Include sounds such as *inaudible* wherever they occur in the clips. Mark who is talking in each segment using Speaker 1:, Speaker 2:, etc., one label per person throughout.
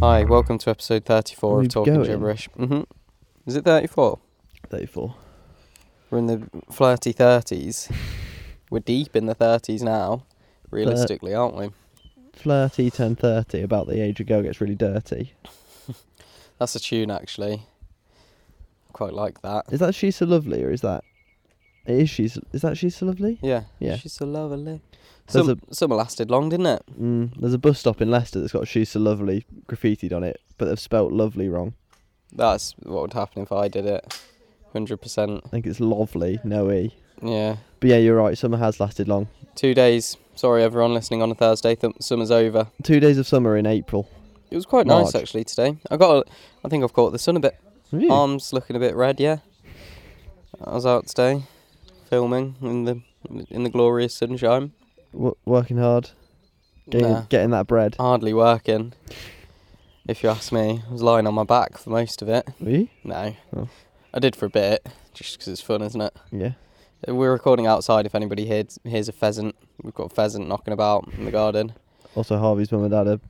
Speaker 1: Hi, welcome to episode 34
Speaker 2: We've
Speaker 1: of Talking
Speaker 2: going.
Speaker 1: Gibberish. hmm Is it 34?
Speaker 2: 34.
Speaker 1: We're in the flirty
Speaker 2: *laughs*
Speaker 1: 30s. We're deep in the 30s now, realistically, aren't we?
Speaker 2: Flirty, 10, 30, about the age a girl gets really dirty.
Speaker 1: That's a tune, actually. Quite like that.
Speaker 2: Is that She's So Lovely or is that... Is she? So- Is that She's So Lovely?
Speaker 1: Yeah.
Speaker 2: Yeah.
Speaker 1: She's so lovely.
Speaker 2: There's
Speaker 1: Some, summer lasted long, didn't it?
Speaker 2: Mm, there's a bus stop in Leicester that's got She's So Lovely graffitied on it, but they've spelt lovely wrong.
Speaker 1: That's what would happen if I did it. 100%.
Speaker 2: I think it's lovely, no E.
Speaker 1: Yeah.
Speaker 2: But yeah, you're right, summer has lasted long.
Speaker 1: Two days. Sorry, everyone listening on a Thursday. Th- summer's over.
Speaker 2: Two days of summer in April.
Speaker 1: It was quite nice,
Speaker 2: March.
Speaker 1: actually, today. I got. A, I think I've caught the sun a bit.
Speaker 2: Have you?
Speaker 1: Arms looking a bit red, yeah. I was out today, filming in the in the glorious sunshine.
Speaker 2: W- working hard, getting,
Speaker 1: Nah,
Speaker 2: getting that bread.
Speaker 1: hardly working. If you ask me, I was lying on my back for most of it.
Speaker 2: Were you?
Speaker 1: No,
Speaker 2: Oh.
Speaker 1: I did for a bit, just 'cause it's fun, isn't it?
Speaker 2: Yeah.
Speaker 1: We're recording outside. If anybody hears hears a pheasant, we've got a pheasant knocking about in the garden.
Speaker 2: Also, Harvey's mum and dad are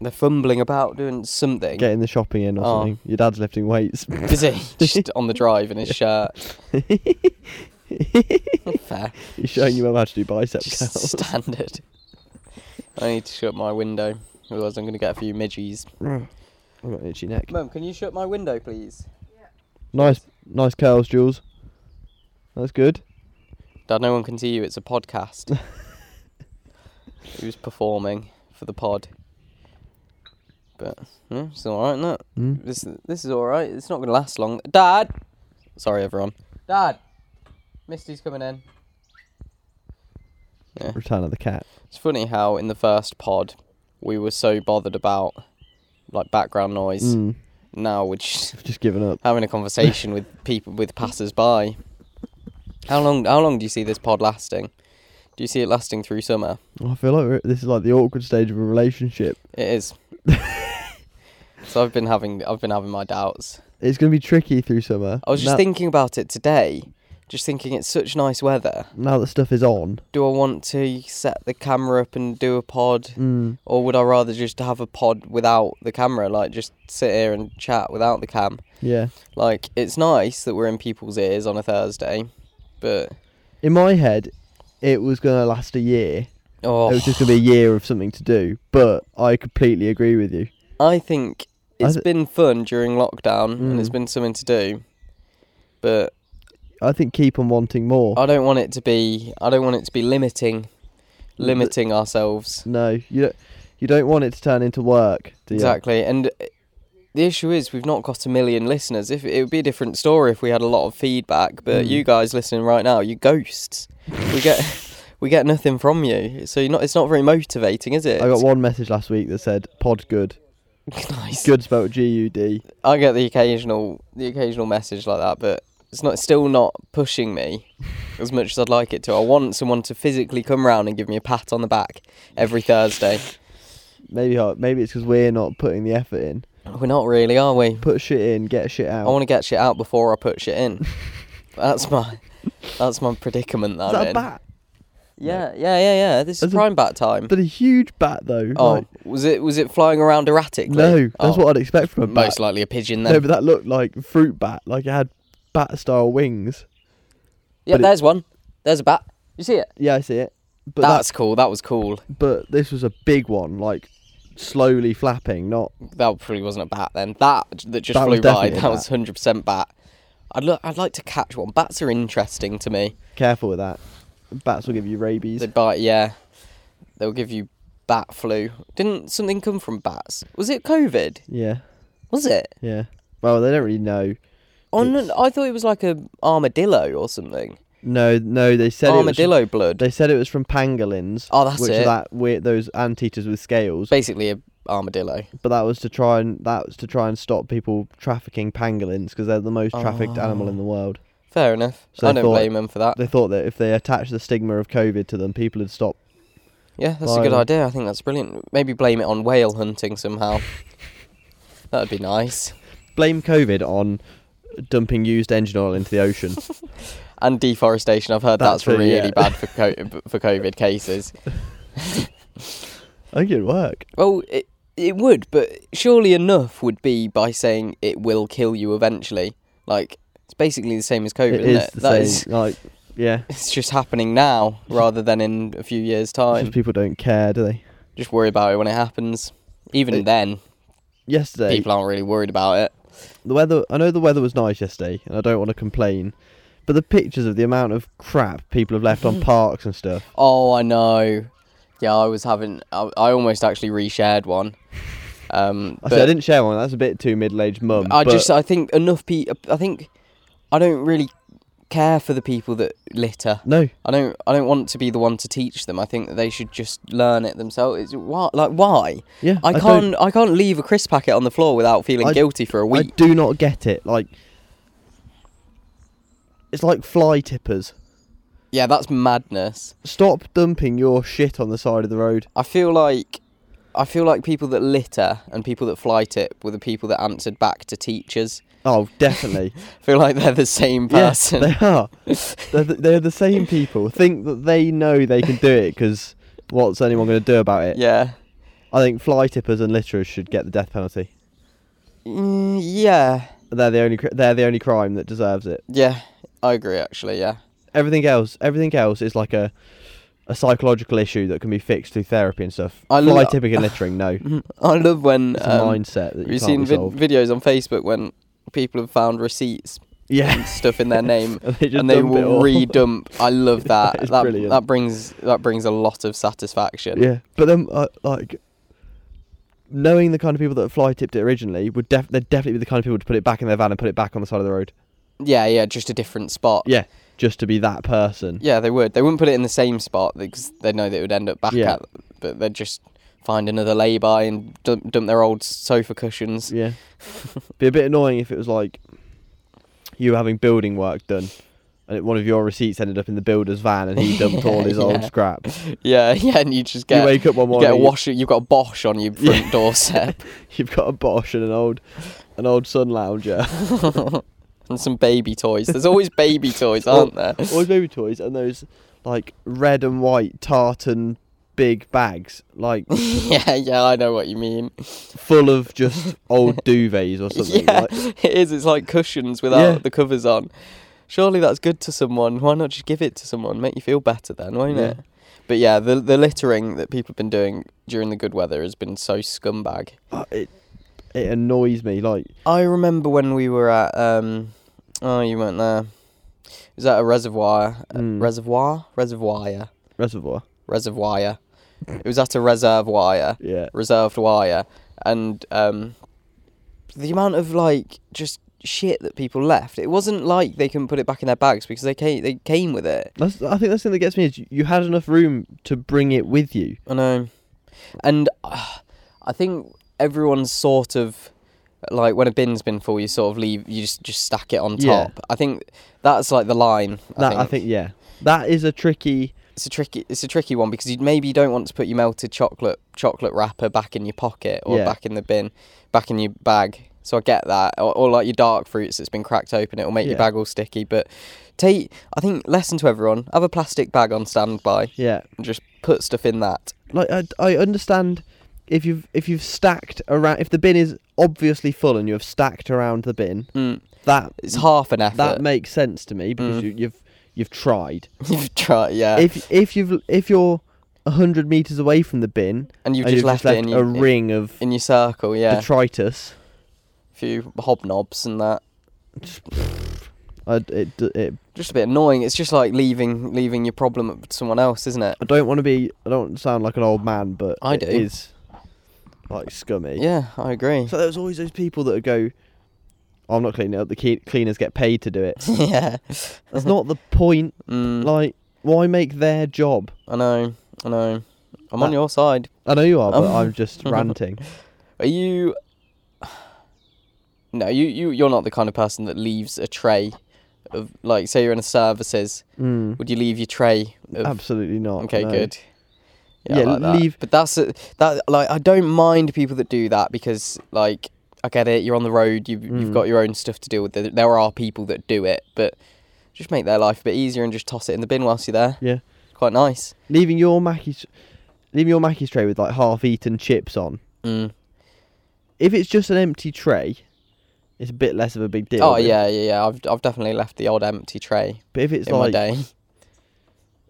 Speaker 1: They're fumbling about doing something.
Speaker 2: getting the shopping in or
Speaker 1: Oh.
Speaker 2: something. Your dad's lifting weights. *laughs*
Speaker 1: Busy, just on the drive in his shirt. Not fair.
Speaker 2: He's showing your mum how to do
Speaker 1: *laughs*
Speaker 2: bicep
Speaker 1: Just
Speaker 2: curls.
Speaker 1: standard. I need to shut my window, otherwise I'm going to get a few midgies.
Speaker 2: I've got an itchy neck.
Speaker 1: Mum, can you shut my window, please?
Speaker 2: Nice, nice curls, Jules. That's good.
Speaker 1: Dad, no one can see you. It's a podcast. he was performing for the pod, but yeah, it's all right, isn't it?
Speaker 2: Mm.
Speaker 1: This this is all right. It's not going to last long. Dad, sorry everyone. Dad, Misty's coming in.
Speaker 2: Return of the cat.
Speaker 1: It's funny how in the first pod we were so bothered about like background noise.
Speaker 2: Mm.
Speaker 1: Now we're just
Speaker 2: I've just given up.
Speaker 1: having a conversation with people with passers-by. How long? How long do you see this pod lasting? Do you see it lasting through summer?
Speaker 2: I feel like we're, this is like the awkward stage of a relationship.
Speaker 1: It is. so I've been having I've been having my doubts.
Speaker 2: It's going to be tricky through summer.
Speaker 1: I was just
Speaker 2: now,
Speaker 1: thinking about it today. Just thinking, it's such nice weather.
Speaker 2: Now that stuff is on.
Speaker 1: Do I want to set the camera up and do a pod,
Speaker 2: Mm.
Speaker 1: or would I rather just have a pod without the camera, like just sit here and chat without the cam?
Speaker 2: Yeah.
Speaker 1: Like it's nice that we're in people's ears on a Thursday, but
Speaker 2: In my head, it was going to last a year.
Speaker 1: oh,
Speaker 2: It was just going to be a year of something to do. But I completely agree with you.
Speaker 1: I think
Speaker 2: I
Speaker 1: it's
Speaker 2: th-
Speaker 1: been fun during lockdown and it's
Speaker 2: Mm.
Speaker 1: been something to do. But
Speaker 2: I think keep on wanting more.
Speaker 1: I don't want it to be I don't want it to be limiting
Speaker 2: Li-
Speaker 1: limiting ourselves.
Speaker 2: no, you don't, you don't want it to turn into work. Do you?
Speaker 1: Exactly. And the issue is we've not got a million listeners. If it would be a different story if we had a lot of feedback, but
Speaker 2: Mm.
Speaker 1: you guys listening right now, you ghosts. We get *laughs* we get nothing from you. So you're not it's not very motivating, is it?
Speaker 2: I got one message last week that said pod good.
Speaker 1: *laughs* nice.
Speaker 2: Good spelled G U D.
Speaker 1: I get the occasional the occasional message like that, but it's not still not pushing me as much as I'd like it to. I want someone to physically come round and give me a pat on the back every Thursday.
Speaker 2: Maybe I- maybe it's because we're not putting the effort in.
Speaker 1: We're not really, are we?
Speaker 2: Put shit in, get shit out.
Speaker 1: I want to get shit out before I put shit in. That's my that's my predicament that I'm
Speaker 2: Is that a
Speaker 1: in.
Speaker 2: bat?
Speaker 1: Yeah, yeah, yeah, yeah. This is
Speaker 2: That's a-
Speaker 1: prime bat time.
Speaker 2: That's a huge bat though.
Speaker 1: Oh,
Speaker 2: like-
Speaker 1: was it was it flying around erratically?
Speaker 2: no, that's
Speaker 1: Oh,
Speaker 2: what I'd expect from a bat.
Speaker 1: most likely a pigeon then.
Speaker 2: No, but that looked like fruit bat. Like it had bat style wings.
Speaker 1: yeah,
Speaker 2: but it-
Speaker 1: there's one. There's a bat. You see it?
Speaker 2: Yeah, I see it. But
Speaker 1: that's cool. That was cool.
Speaker 2: that, but this was a big one, like slowly flapping. Not
Speaker 1: that probably wasn't a bat then. That j- that just
Speaker 2: That was
Speaker 1: flew by.
Speaker 2: definitely a
Speaker 1: That
Speaker 2: bat.
Speaker 1: was hundred percent bat. I'd look. I'd like to catch one. Bats are interesting to me.
Speaker 2: careful with that. Bats will give you rabies.
Speaker 1: They bite. Yeah, they'll give you bat flu. Didn't something come from bats? Was it COVID?
Speaker 2: yeah,
Speaker 1: Was it?
Speaker 2: yeah. Well, they don't really know.
Speaker 1: On
Speaker 2: It's-
Speaker 1: I thought it was like a armadillo or something.
Speaker 2: No, no. They said it was
Speaker 1: armadillo blood.
Speaker 2: They said it was from pangolins.
Speaker 1: Oh, that's
Speaker 2: which
Speaker 1: it.
Speaker 2: Are that weird, those anteaters with scales.
Speaker 1: Basically a armadillo.
Speaker 2: But that was to try and that was to try and stop people trafficking pangolins because they're the most trafficked animal
Speaker 1: Oh.
Speaker 2: in the world.
Speaker 1: Fair enough.
Speaker 2: So
Speaker 1: I
Speaker 2: they
Speaker 1: don't
Speaker 2: thought-
Speaker 1: blame them for that.
Speaker 2: They thought that if they attached the stigma of COVID to them, people would stop.
Speaker 1: Yeah, that's a good
Speaker 2: Violent.
Speaker 1: idea. I think that's brilliant. Maybe blame it on whale hunting
Speaker 2: *laughs*
Speaker 1: somehow. That'd be nice.
Speaker 2: Blame COVID on dumping used engine oil into the ocean.
Speaker 1: *laughs* and deforestation. I've heard
Speaker 2: That
Speaker 1: that's,
Speaker 2: too,
Speaker 1: really
Speaker 2: yeah.
Speaker 1: bad *laughs* for co- for COVID cases.
Speaker 2: I think it'd work.
Speaker 1: Well, it, It would, but surely enough would be by saying it will kill you eventually. Like it's basically the same as COVID,
Speaker 2: it
Speaker 1: isn't
Speaker 2: is
Speaker 1: it?
Speaker 2: the
Speaker 1: That
Speaker 2: same.
Speaker 1: is-
Speaker 2: Like, yeah,
Speaker 1: it's just happening now rather than in a few years'
Speaker 2: it's
Speaker 1: time.
Speaker 2: just people don't care, do they?
Speaker 1: Just worry about it when it happens. Even
Speaker 2: It-
Speaker 1: then,
Speaker 2: Yesterday,
Speaker 1: people aren't really worried about it.
Speaker 2: the weather. I know the weather was nice yesterday, and I don't want to complain. But the pictures of the amount of crap people have
Speaker 1: *laughs*
Speaker 2: left on parks and stuff.
Speaker 1: Oh, I know. Yeah, I was having. I, I almost actually reshared one. Um, but
Speaker 2: I said I didn't share one. That's a bit too middle-aged mum.
Speaker 1: I
Speaker 2: Um, but
Speaker 1: just. I think enough people. I think I don't really care for the people that litter.
Speaker 2: no.
Speaker 1: I don't. I don't want to be the one to teach them. I think that they should just learn it themselves. It's, why? Like why?
Speaker 2: Yeah,
Speaker 1: I,
Speaker 2: don't-
Speaker 1: can't. I can't leave a crisp packet on the floor without feeling
Speaker 2: I-
Speaker 1: guilty for a week.
Speaker 2: I do not get it. Like, it's like fly tippers.
Speaker 1: yeah, that's madness.
Speaker 2: Stop dumping your shit on the side of the road.
Speaker 1: I feel like I feel like people that litter and people that fly tip were the people that answered back to teachers.
Speaker 2: Oh,
Speaker 1: *laughs*
Speaker 2: definitely.
Speaker 1: I feel like they're the same
Speaker 2: yes,
Speaker 1: person.
Speaker 2: they are. They're the, they're the same people. Think that they know they can do it because what's anyone going to do about
Speaker 1: *laughs*
Speaker 2: it?
Speaker 1: yeah.
Speaker 2: I think fly tippers and litterers should get the death penalty.
Speaker 1: Mm, yeah.
Speaker 2: They're the only cr- they're the only crime that deserves it.
Speaker 1: Yeah. I agree actually, yeah.
Speaker 2: Everything else, everything else is like a a psychological issue that can be fixed through therapy and stuff.
Speaker 1: I
Speaker 2: fly
Speaker 1: lo-
Speaker 2: tipping and littering, no.
Speaker 1: I love when
Speaker 2: It's a
Speaker 1: um,
Speaker 2: mindset that
Speaker 1: have
Speaker 2: you can't
Speaker 1: you seen
Speaker 2: be
Speaker 1: vid-
Speaker 2: solved.
Speaker 1: videos on Facebook when people have found receipts
Speaker 2: Yeah.
Speaker 1: and
Speaker 2: *laughs*
Speaker 1: stuff in their name
Speaker 2: and they, just
Speaker 1: and they
Speaker 2: dump it
Speaker 1: will
Speaker 2: all.
Speaker 1: re-dump. I love
Speaker 2: *laughs*
Speaker 1: that.
Speaker 2: That is
Speaker 1: that,
Speaker 2: brilliant.
Speaker 1: that brings that brings a lot of satisfaction.
Speaker 2: Yeah, but then uh, like knowing the kind of people that fly tipped it originally would def- they'd definitely be the kind of people to put it back in their van and put it back on the side of the road.
Speaker 1: yeah, yeah, just a different spot.
Speaker 2: Yeah, just to be that person.
Speaker 1: Yeah, they would. They wouldn't put it in the same spot because they know that it would end up back
Speaker 2: Yeah.
Speaker 1: at. But they'd just find another lay-by and dump, dump their old sofa cushions.
Speaker 2: Yeah,
Speaker 1: *laughs*
Speaker 2: be a bit annoying if it was like you were having building work done. And it- one of your receipts ended up in the builder's van,
Speaker 1: *laughs*
Speaker 2: and he dumped all his old
Speaker 1: Yeah.
Speaker 2: scrap.
Speaker 1: Yeah, *laughs* yeah, and you just get
Speaker 2: you wake up one
Speaker 1: you
Speaker 2: morning,
Speaker 1: get a washer. You've got a Bosch on your front doorstep
Speaker 2: you've got a Bosch and an old, an old sun lounger,
Speaker 1: and some baby toys. There's always baby toys,
Speaker 2: Well,
Speaker 1: aren't there? *laughs*
Speaker 2: all his baby toys, and those like red and white tartan big bags, like
Speaker 1: *laughs* yeah, yeah, I know what you mean. *laughs*
Speaker 2: full of just old duvets or something.
Speaker 1: yeah,
Speaker 2: Like,
Speaker 1: it is. It's like cushions without
Speaker 2: Yeah.
Speaker 1: the covers on. Surely that's good to someone. Why not just give it to someone? Make you feel better then, won't
Speaker 2: Yeah.
Speaker 1: it? But yeah, the the littering that people have been doing during the good weather has been so scumbag.
Speaker 2: uh, it it annoys me. Like
Speaker 1: I remember when we were at um oh you weren't there. It was at a reservoir a
Speaker 2: Mm.
Speaker 1: reservoir? Reservoir.
Speaker 2: reservoir.
Speaker 1: Reservoir. it was at a reservoir.
Speaker 2: Yeah.
Speaker 1: Reserved wire. And um the amount of like just shit that people left. It wasn't like they couldn't put it back in their bags because they came they came with it.
Speaker 2: That's I think that's the thing that gets me is you- you had enough room to bring it with you.
Speaker 1: I know. And uh, I think everyone's sort of like when a bin's been full, you sort of leave, you just just stack it on
Speaker 2: Yeah.
Speaker 1: top. I think that's like the line. I,
Speaker 2: That
Speaker 1: think.
Speaker 2: I think yeah. That is a tricky
Speaker 1: it's a tricky it's a tricky one because you maybe you don't want to put your melted chocolate chocolate wrapper back in your pocket or
Speaker 2: Yeah.
Speaker 1: back in the bin, back in your bag. So I get that, or, or like your dark fruits that's been cracked open, it'll make
Speaker 2: Yeah.
Speaker 1: your bag all sticky. But take, I think, lesson to everyone: have a plastic bag on standby
Speaker 2: yeah.
Speaker 1: and just put stuff in that.
Speaker 2: Like I, I understand if you've if you've stacked around if the bin is obviously full and you have stacked around the bin
Speaker 1: Mm.
Speaker 2: that
Speaker 1: It's half an effort.
Speaker 2: that makes sense to me because
Speaker 1: Mm.
Speaker 2: you, you've you've tried.
Speaker 1: *laughs* You've tried, yeah.
Speaker 2: If if you've if you're hundred meters away from the bin
Speaker 1: and you've
Speaker 2: and
Speaker 1: just left, it in
Speaker 2: a
Speaker 1: your,
Speaker 2: ring of
Speaker 1: in your circle, yeah.
Speaker 2: detritus.
Speaker 1: a few hobnobs and that.
Speaker 2: I, it, d- it,
Speaker 1: Just a bit annoying. It's just like leaving leaving your problem up to someone else, isn't it?
Speaker 2: I don't want to be. I don't want to sound like an old man, but
Speaker 1: I
Speaker 2: it
Speaker 1: do.
Speaker 2: is like scummy.
Speaker 1: Yeah, I agree.
Speaker 2: So there's always those people that go, "Oh, "I'm not cleaning it up. The key- cleaners get paid to do *laughs* it."
Speaker 1: yeah.
Speaker 2: That's not the point.
Speaker 1: Mm,
Speaker 2: Like, why make their job?
Speaker 1: I know. I know. I'm on
Speaker 2: That-
Speaker 1: your side.
Speaker 2: I know you are, but
Speaker 1: Um, *laughs*
Speaker 2: I'm just ranting.
Speaker 1: Are you? No, you you you're not the kind of person that leaves a tray of like say you're in a services.
Speaker 2: Mm,
Speaker 1: Would you leave your tray? Of,
Speaker 2: absolutely not.
Speaker 1: Okay,
Speaker 2: no.
Speaker 1: good.
Speaker 2: Yeah,
Speaker 1: I that.
Speaker 2: leave-
Speaker 1: But that's a, that. Like, I don't mind people that do that because, like, I get it. You're on the road. You've
Speaker 2: Mm.
Speaker 1: you've got your own stuff to deal with. There, there are people that do it, but just make their life a bit easier and just toss it in the bin whilst you're there.
Speaker 2: Yeah.
Speaker 1: quite nice.
Speaker 2: Leaving your Mackey's, leaving your Mackey's tray with like half-eaten chips on.
Speaker 1: Mm.
Speaker 2: if it's just an empty tray, it's a bit less of a big deal.
Speaker 1: Oh
Speaker 2: but-
Speaker 1: yeah, yeah, yeah. I've I've definitely left the old empty tray
Speaker 2: But if it's
Speaker 1: in
Speaker 2: like
Speaker 1: my
Speaker 2: *laughs*
Speaker 1: day.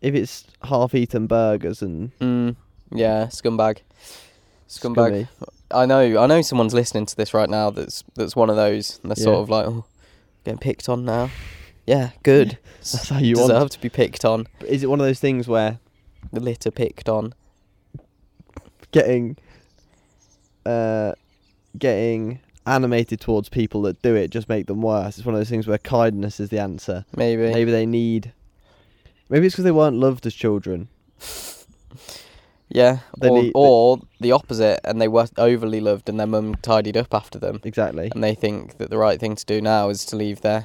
Speaker 2: if it's half-eaten burgers and
Speaker 1: Mm, yeah, scumbag. Scumbag.
Speaker 2: Hmm. scummy,
Speaker 1: I know. I know someone's listening to this right now. That's that's one of those. And they're sort
Speaker 2: Yeah.
Speaker 1: of like, oh, getting picked on now. Yeah, good.
Speaker 2: *laughs* that's how you
Speaker 1: Deserve
Speaker 2: want.
Speaker 1: to be picked on.
Speaker 2: But Is it one of those things where
Speaker 1: The litter picked on.
Speaker 2: getting uh getting animated towards people that do it just make them worse? It's one of those things where kindness is the answer.
Speaker 1: Maybe.
Speaker 2: Maybe they need. Maybe it's because they weren't loved as children.
Speaker 1: Yeah.
Speaker 2: They
Speaker 1: or
Speaker 2: need-
Speaker 1: or the opposite, and they were overly loved, and their mum tidied up after them,
Speaker 2: Exactly.
Speaker 1: and they think that the right thing to do now is to leave their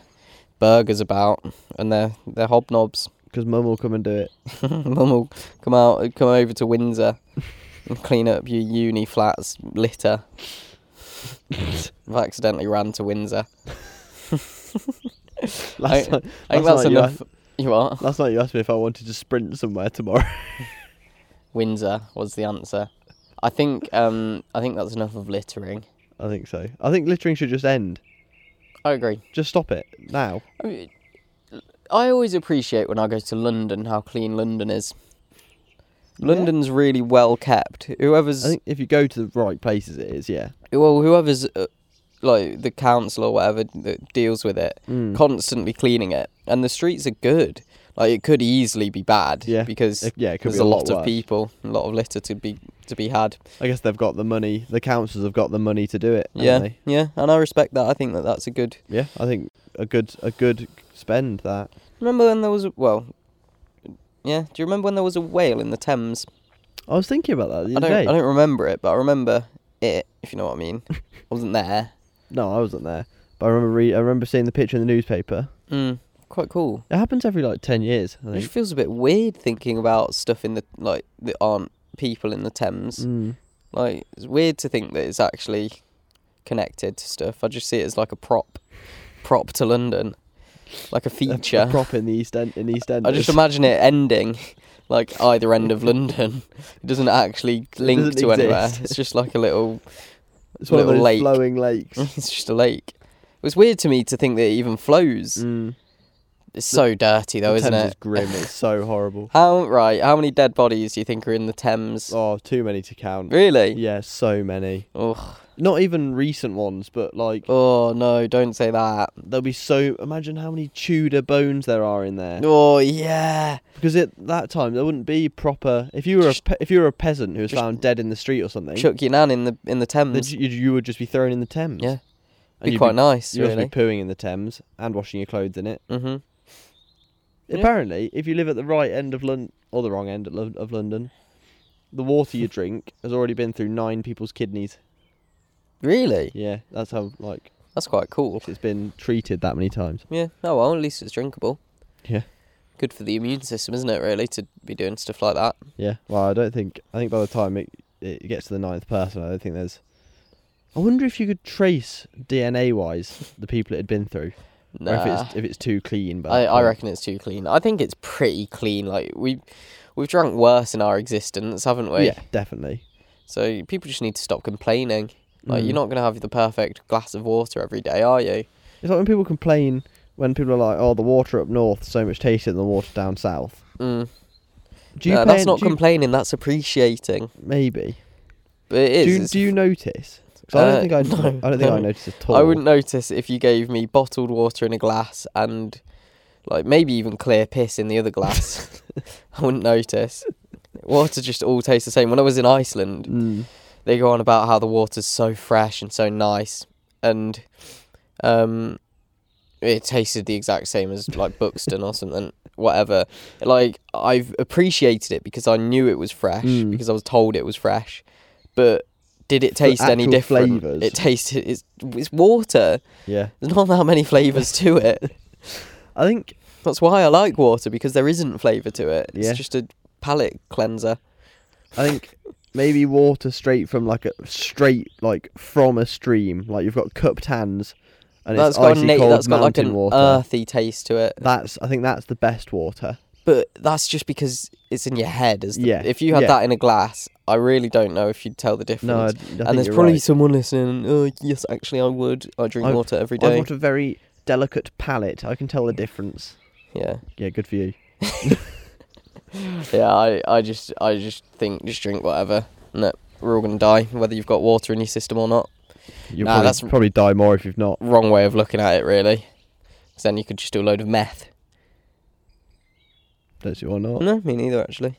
Speaker 1: burgers about and their their hobnobs.
Speaker 2: Because mum will come and do it. *laughs*
Speaker 1: *laughs* Mum will come out, come over to Windsor, and clean up your uni flats litter. I've accidentally ran to Windsor.
Speaker 2: Last
Speaker 1: I-
Speaker 2: night,
Speaker 1: I think
Speaker 2: last
Speaker 1: that's
Speaker 2: night you
Speaker 1: enough. You are
Speaker 2: asked- last night you asked me if I wanted to sprint somewhere tomorrow. *laughs*
Speaker 1: Windsor was the answer. I think um I think that's enough of littering.
Speaker 2: I think so. I think littering should just end.
Speaker 1: I agree.
Speaker 2: Just stop it now.
Speaker 1: I mean, I always appreciate when I go to London how clean London is. London's really well kept. Whoever's
Speaker 2: I think if you go to the right places, it is. Yeah.
Speaker 1: well, whoever's uh, like the council or whatever that deals with it,
Speaker 2: Mm.
Speaker 1: constantly cleaning it, and the streets are good. Like it could easily be bad,
Speaker 2: Yeah.
Speaker 1: because
Speaker 2: It- yeah, it could
Speaker 1: there's
Speaker 2: be
Speaker 1: a lot,
Speaker 2: worse.
Speaker 1: of people, a lot of litter to be to be had.
Speaker 2: I guess they've got the money. The councils have got the money to do it. haven't
Speaker 1: yeah,
Speaker 2: they?
Speaker 1: yeah, and I respect that. I think that that's a good.
Speaker 2: Yeah. I think a good a good spend that.
Speaker 1: Remember when there was a, well, yeah. Do you remember when there was a whale in the Thames?
Speaker 2: I was thinking about that the
Speaker 1: I
Speaker 2: other
Speaker 1: don't.
Speaker 2: day.
Speaker 1: I don't remember it, but I remember it. If you know what I
Speaker 2: *laughs*
Speaker 1: mean. I wasn't there.
Speaker 2: No, I wasn't there. But I remember re- I remember seeing the picture in the newspaper.
Speaker 1: Mm, quite cool.
Speaker 2: It happens every like ten years. I
Speaker 1: It just
Speaker 2: think.
Speaker 1: feels a bit weird thinking about stuff in the like that aren't people in the Thames.
Speaker 2: Mm.
Speaker 1: Like it's weird to think that it's actually connected to stuff. I just see it as like a prop, prop to London, like a
Speaker 2: A- a
Speaker 1: feature.
Speaker 2: prop in the East End. In East End.
Speaker 1: I just imagine it ending like either end of London. It doesn't actually link
Speaker 2: doesn't
Speaker 1: to anywhere.
Speaker 2: exist.
Speaker 1: It's just like a little. *laughs*
Speaker 2: It's one of
Speaker 1: little
Speaker 2: those
Speaker 1: lake. Mm.
Speaker 2: flowing lakes.
Speaker 1: It's just a lake. It's weird to me to think that it even flows.
Speaker 2: mm.
Speaker 1: It's so dirty though,
Speaker 2: the
Speaker 1: isn't
Speaker 2: Thames
Speaker 1: it?
Speaker 2: is grim. It's
Speaker 1: *laughs*
Speaker 2: so horrible.
Speaker 1: How right? How many dead bodies do you think are in the Thames?
Speaker 2: Oh, too many to count.
Speaker 1: Really?
Speaker 2: Yeah, so many.
Speaker 1: Oh,
Speaker 2: Not even recent ones, but like
Speaker 1: oh no! Don't say that.
Speaker 2: there'll be so. Imagine how many Tudor bones there are in there.
Speaker 1: Oh yeah.
Speaker 2: Because at that time there wouldn't be proper. If you were a pe- if you were a peasant who was
Speaker 1: just
Speaker 2: found dead in the street or something,
Speaker 1: Chuck your nan in the in the
Speaker 2: then
Speaker 1: Thames.
Speaker 2: you, you would just be thrown in the Thames.
Speaker 1: Yeah.
Speaker 2: and
Speaker 1: be
Speaker 2: you'd
Speaker 1: quite nice,
Speaker 2: You'd also
Speaker 1: really.
Speaker 2: be Mm-hmm. pooing in the Thames and washing your clothes in it.
Speaker 1: hmm Yeah.
Speaker 2: Apparently, if you live at the right end of London or the wrong end of, Lon- of London, the water you drink has already been through nine
Speaker 1: *laughs*
Speaker 2: people's kidneys.
Speaker 1: Really?
Speaker 2: Yeah, that's how like
Speaker 1: That's quite cool.
Speaker 2: it's been treated that many times.
Speaker 1: Yeah. Oh well, at least it's drinkable.
Speaker 2: Yeah.
Speaker 1: Good for the immune system, isn't it? Really, to be doing stuff like that.
Speaker 2: Yeah. Well, I don't think I think by the time it it gets to the ninth person, I don't think there's. I wonder if you could trace DNA wise the people it had been through, or if
Speaker 1: Nah.
Speaker 2: it's if it's too clean. But
Speaker 1: I, I reckon it's too clean. I think it's pretty clean. Like we, we've drunk worse in our existence, haven't we?
Speaker 2: Yeah, definitely.
Speaker 1: So people just need to stop complaining. Like
Speaker 2: Mm.
Speaker 1: you're not gonna have the perfect glass of water every day, are you?
Speaker 2: It's like when people complain when people are like, "Oh, the water up north is so much tastier than the water down south."
Speaker 1: Mm.
Speaker 2: Do you
Speaker 1: Nah,
Speaker 2: pay-
Speaker 1: that's not
Speaker 2: do you-
Speaker 1: complaining. That's appreciating.
Speaker 2: maybe.
Speaker 1: But it
Speaker 2: Do
Speaker 1: is.
Speaker 2: you,
Speaker 1: it's
Speaker 2: do you notice? 'Cause I
Speaker 1: Uh,
Speaker 2: don't think I,
Speaker 1: no,
Speaker 2: I don't think
Speaker 1: *laughs* no.
Speaker 2: I noticed at all.
Speaker 1: I wouldn't notice if you gave me bottled water in a glass and like maybe even clear piss in the other glass. *laughs* I wouldn't notice. Water just all tastes the same. When I was in Iceland,
Speaker 2: Mm.
Speaker 1: they go on about how the water's so fresh and so nice and um it tasted the exact same as like Buxton or something, whatever. Like I've appreciated it because I knew it was fresh
Speaker 2: Mm.
Speaker 1: because I was told it was fresh. But did it taste any
Speaker 2: actual
Speaker 1: different?
Speaker 2: flavours.
Speaker 1: It tasted it's it's water.
Speaker 2: Yeah,
Speaker 1: There's not that many flavours to it.
Speaker 2: I think
Speaker 1: That's why I like water because there isn't flavour to it. It's
Speaker 2: Yeah.
Speaker 1: just a palate cleanser.
Speaker 2: I think maybe water straight from like a straight like from a stream, like you've got cupped hands, and
Speaker 1: That's
Speaker 2: it's
Speaker 1: got,
Speaker 2: icy
Speaker 1: a na-
Speaker 2: cold
Speaker 1: that's got like
Speaker 2: mountain
Speaker 1: an
Speaker 2: water.
Speaker 1: earthy taste to it.
Speaker 2: That's I think that's the best water.
Speaker 1: But that's just because it's in your head. As the,
Speaker 2: Yeah,
Speaker 1: If you had
Speaker 2: yeah.
Speaker 1: that in a glass, I really don't know if you'd tell the difference.
Speaker 2: No, I, I think
Speaker 1: and there's
Speaker 2: you're
Speaker 1: probably
Speaker 2: right.
Speaker 1: someone listening. Oh, yes, actually, I would. I drink
Speaker 2: I've-
Speaker 1: water every
Speaker 2: I've
Speaker 1: day.
Speaker 2: got a very delicate palate. I can tell the difference.
Speaker 1: Yeah,
Speaker 2: Yeah, good for you.
Speaker 1: yeah. I, I just, I just think just drink whatever. No, we're all gonna die whether you've got water in your system or not.
Speaker 2: You'll
Speaker 1: Nah,
Speaker 2: probably,
Speaker 1: that's-
Speaker 2: probably die more if you've not.
Speaker 1: Wrong way of looking at it, really. 'Cause then you could just do a load of meth.
Speaker 2: Don't you or not?
Speaker 1: No, me neither. Actually,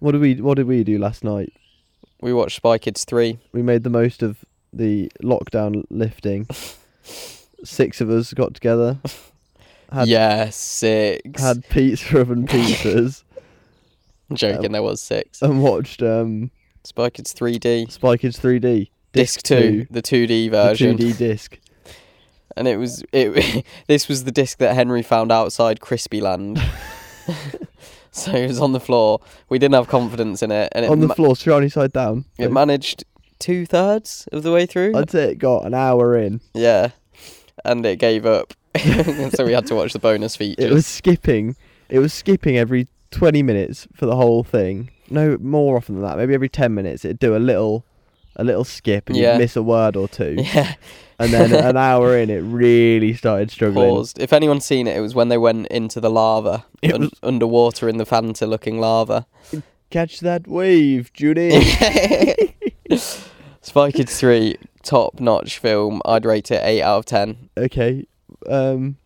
Speaker 2: What did we What did we do last night?
Speaker 1: we watched Spy Kids three.
Speaker 2: We made the most of the lockdown
Speaker 1: *laughs*
Speaker 2: lifting. Six of us got together, Had-
Speaker 1: yeah, six.
Speaker 2: had pizza oven pizzas,
Speaker 1: I'm joking. there was six.
Speaker 2: *laughs* and watched um,
Speaker 1: Spy Kids three D.
Speaker 2: Spy Kids 3D
Speaker 1: Disc two, the two D
Speaker 2: the
Speaker 1: version,
Speaker 2: 2D disc.
Speaker 1: and it was it. *laughs* this was the disc that Henry found outside
Speaker 2: *laughs*
Speaker 1: Crispyland. *laughs* so it was on the floor. We didn't have confidence in it, and it
Speaker 2: on the
Speaker 1: ma-
Speaker 2: floor, shiny side down.
Speaker 1: it managed two thirds of the way through.
Speaker 2: I'd say it got an hour in.
Speaker 1: yeah, and it gave up. *laughs* so we had to watch the bonus feature.
Speaker 2: *laughs* It was skipping. It was skipping every 20 minutes for the whole thing. No, more often than that. Maybe every 10 minutes, it'd do a little, a little skip, and
Speaker 1: Yeah.
Speaker 2: you'd miss a word or two.
Speaker 1: *laughs* yeah,
Speaker 2: And
Speaker 1: *laughs*
Speaker 2: then an hour in, it really started struggling.
Speaker 1: paused. If anyone's seen it, it was when they went into the lava,
Speaker 2: It
Speaker 1: un-
Speaker 2: was-
Speaker 1: underwater in the Fanta-looking
Speaker 2: *laughs*
Speaker 1: lava. *laughs*
Speaker 2: Catch that wave, Judy.
Speaker 1: Spy Kids 3, top notch film. I'd rate it 8 out of 10.
Speaker 2: okay, um,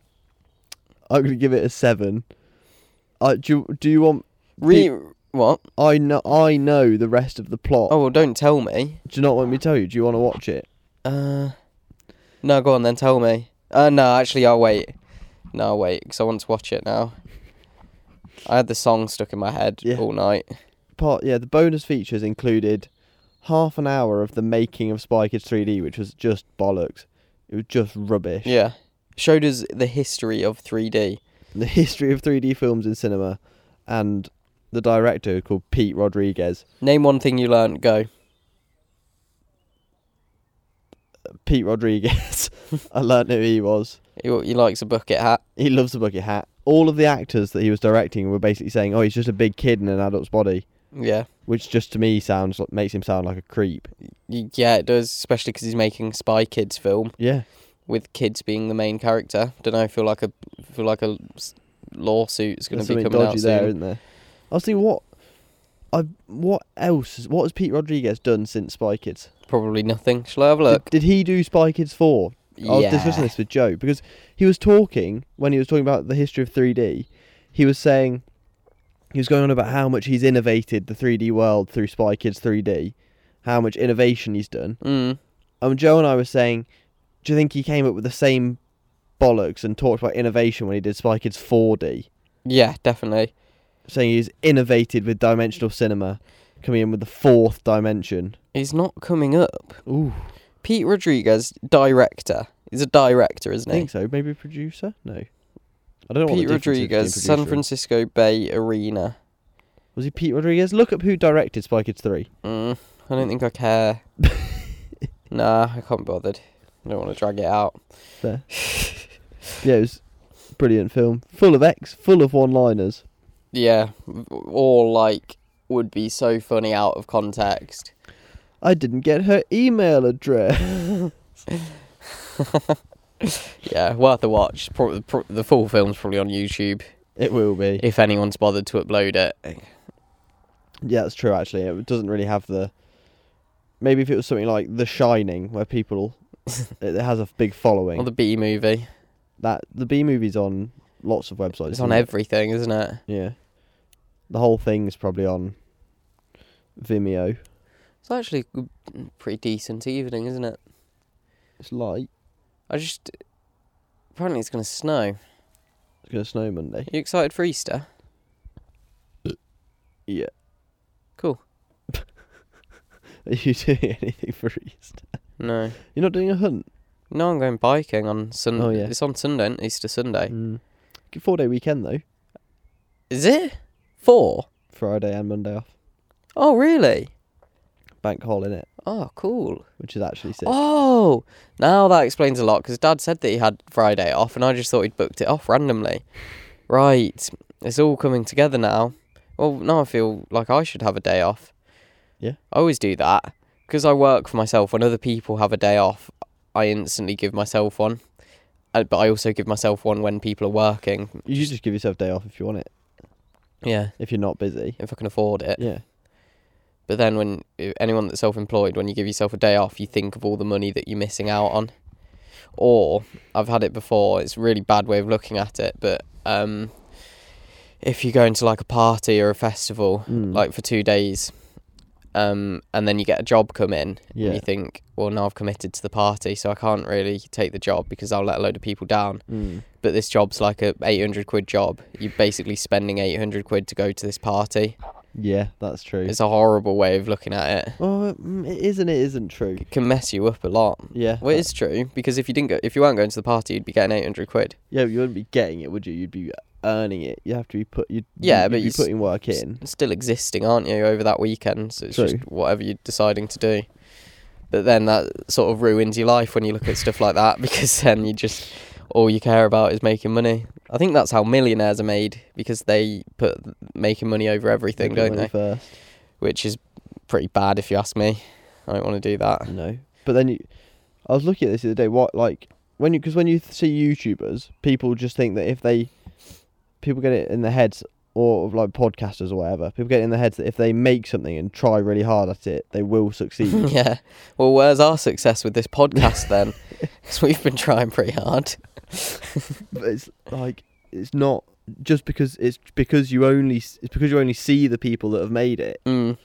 Speaker 2: I'm gonna give it a seven. Uh, do you, do you want?
Speaker 1: Re- what?
Speaker 2: I know I know the rest of the plot.
Speaker 1: Oh, well, don't tell me.
Speaker 2: Do you not want me to tell you? Do you want to watch it?
Speaker 1: Uh, no, go on then, tell me. Uh, no, actually, I'll wait. No, I'll wait, because I want to watch it now. I had the song stuck in my head
Speaker 2: Yeah.
Speaker 1: all night.
Speaker 2: Part yeah, the bonus features included half an hour of the making of Spy Kids 3D, which was just bollocks. It was just rubbish.
Speaker 1: Yeah. Showed us the history of 3D.
Speaker 2: The history of 3D films in cinema, and the director called Pete Rodriguez.
Speaker 1: Name one thing you learned, go.
Speaker 2: Pete Rodriguez. *laughs* I learnt who he was.
Speaker 1: He, he likes a bucket hat.
Speaker 2: He loves the bucket hat. All of the actors that he was directing were basically saying, "Oh, he's just a big kid in an adult's body,"
Speaker 1: Yeah.
Speaker 2: which just to me sounds like, makes him sound like a creep.
Speaker 1: Y- Yeah, it does, especially because he's making a Spy Kids film.
Speaker 2: Yeah,
Speaker 1: with kids being the main character. Don't know. Feel like a feel like a s- lawsuit's going
Speaker 2: there's
Speaker 1: to be
Speaker 2: something
Speaker 1: coming
Speaker 2: dodgy
Speaker 1: out
Speaker 2: there,
Speaker 1: soon.
Speaker 2: isn't there? I was thinking, what, I what else? What has Pete Rodriguez done since Spy Kids?
Speaker 1: Probably nothing. Shall I have a
Speaker 2: Did-
Speaker 1: look?
Speaker 2: Did, he do Spy Kids four? I was
Speaker 1: yeah.
Speaker 2: discussing this with Joe because he was talking when he was talking about the history of 3D. He was saying he was going on about how much he's innovated the 3D world through Spy Kids 3D, how much innovation he's done.
Speaker 1: Mm.
Speaker 2: um, Joe and I were saying, do you think he came up with the same bollocks and talked about innovation when he did Spy Kids 4D?
Speaker 1: Yeah, definitely.
Speaker 2: Saying he's innovated with dimensional cinema, coming in with the fourth dimension.
Speaker 1: He's not coming up.
Speaker 2: Ooh,
Speaker 1: Pete Rodriguez, director. He's a director, isn't
Speaker 2: I
Speaker 1: he?
Speaker 2: think so. Maybe producer? No. I
Speaker 1: Pete
Speaker 2: don't know what the difference is between
Speaker 1: Rodriguez, San
Speaker 2: producer and-
Speaker 1: Francisco Bay Arena.
Speaker 2: Was he Pete Rodriguez? Look up who directed Spy Kids 3.
Speaker 1: Mm, I don't think I
Speaker 2: *laughs*
Speaker 1: care. nah, I can't be bothered. I don't want to drag it out.
Speaker 2: There. yeah, it was a brilliant film. Full of X, full of one liners.
Speaker 1: Yeah, or like would be so funny out of context. *laughs*
Speaker 2: I didn't get her email address. *laughs*
Speaker 1: Yeah, worth a watch. Pro- pro- the full film's probably on YouTube
Speaker 2: it will be.
Speaker 1: if anyone's bothered to upload it.
Speaker 2: Yeah, that's true. Actually, it doesn't really have the. Maybe if it was something like The Shining, where people *laughs* it has a big following.
Speaker 1: Or the B movie.
Speaker 2: that the B movies on lots of websites.
Speaker 1: It's on
Speaker 2: isn't it?
Speaker 1: everything, isn't it?
Speaker 2: Yeah, the whole thing's probably on Vimeo.
Speaker 1: It's actually a pretty decent evening, isn't it?
Speaker 2: It's light.
Speaker 1: I just. Apparently it's going to snow. Are
Speaker 2: It's gonna snow Monday.
Speaker 1: you excited for Easter?
Speaker 2: Uh, Yeah.
Speaker 1: Cool.
Speaker 2: *laughs* Are you doing anything for Easter?
Speaker 1: No.
Speaker 2: You're not doing a hunt.
Speaker 1: No, I'm going biking on Sunday.
Speaker 2: Oh, yeah.
Speaker 1: It's on Sunday, isn't it? Easter Sunday.
Speaker 2: Mm. Four day weekend though.
Speaker 1: Is it? Four?
Speaker 2: Friday and Monday off.
Speaker 1: Oh, really?
Speaker 2: Bank holiday, in it,
Speaker 1: Oh, cool.
Speaker 2: which is actually sick.
Speaker 1: Oh, now that explains a lot because Dad said that he had Friday off, and I just thought he'd booked it off randomly. Right, it's all coming together now. Well, now I feel like I should have a day off.
Speaker 2: Yeah.
Speaker 1: I always do that because I work for myself. When other people have a day off, I instantly give myself one. Uh, But I also give myself one when people are working.
Speaker 2: You should just give yourself a day off if you want it.
Speaker 1: Yeah,
Speaker 2: If you're not busy.
Speaker 1: if I can afford it.
Speaker 2: Yeah.
Speaker 1: But then when if anyone that's self-employed, when you give yourself a day off, you think of all the money that you're missing out on. Or I've had it before. It's a really bad way of looking at it, but um, if you go into like a party or a festival,
Speaker 2: Mm.
Speaker 1: like for two days, um, and then you get a job come in,
Speaker 2: Yeah.
Speaker 1: and you think, well, now I've committed to the party, so I can't really take the job because I'll let a load of people down.
Speaker 2: Mm.
Speaker 1: But this job's like a 800 quid job. You're basically spending 800 quid to go to this party.
Speaker 2: Yeah, that's true.
Speaker 1: It's a horrible way of looking at it.
Speaker 2: well, mm, it is and it isn't true.
Speaker 1: It can mess you up a lot.
Speaker 2: Yeah.
Speaker 1: Well, it is true because if you didn't go, if you weren't going to the party, you'd be getting 800 quid.
Speaker 2: Yeah, but you wouldn't be getting it, would you? You'd be earning it. You have to be put. You'd,
Speaker 1: Yeah,
Speaker 2: you'd
Speaker 1: but
Speaker 2: be
Speaker 1: you s-
Speaker 2: putting work
Speaker 1: S-
Speaker 2: in.
Speaker 1: Still existing, aren't you, over that weekend? So it's
Speaker 2: True.
Speaker 1: just whatever you're deciding to do. But then that sort of ruins your life when you look at stuff like that *laughs* because then you just all you care about is making money. I think that's how millionaires are made because they put making money over everything,
Speaker 2: Put
Speaker 1: don't
Speaker 2: money
Speaker 1: they?
Speaker 2: First,
Speaker 1: Which is pretty bad if you ask me. I don't want to do that.
Speaker 2: no. But then you, I was looking at this the other day. What like when you because when you th- see YouTubers, people just think that if they, people get it in their heads, or like podcasters or whatever, people get it in their heads that if they make something and try really hard at it, they will succeed.
Speaker 1: *laughs* yeah. Well, where's our success with this podcast
Speaker 2: *laughs*
Speaker 1: then? *laughs* 'Cause we've been trying pretty hard.
Speaker 2: but it's like it's not just because it's because you only s- it's because you only see the people that have made it.
Speaker 1: Mm.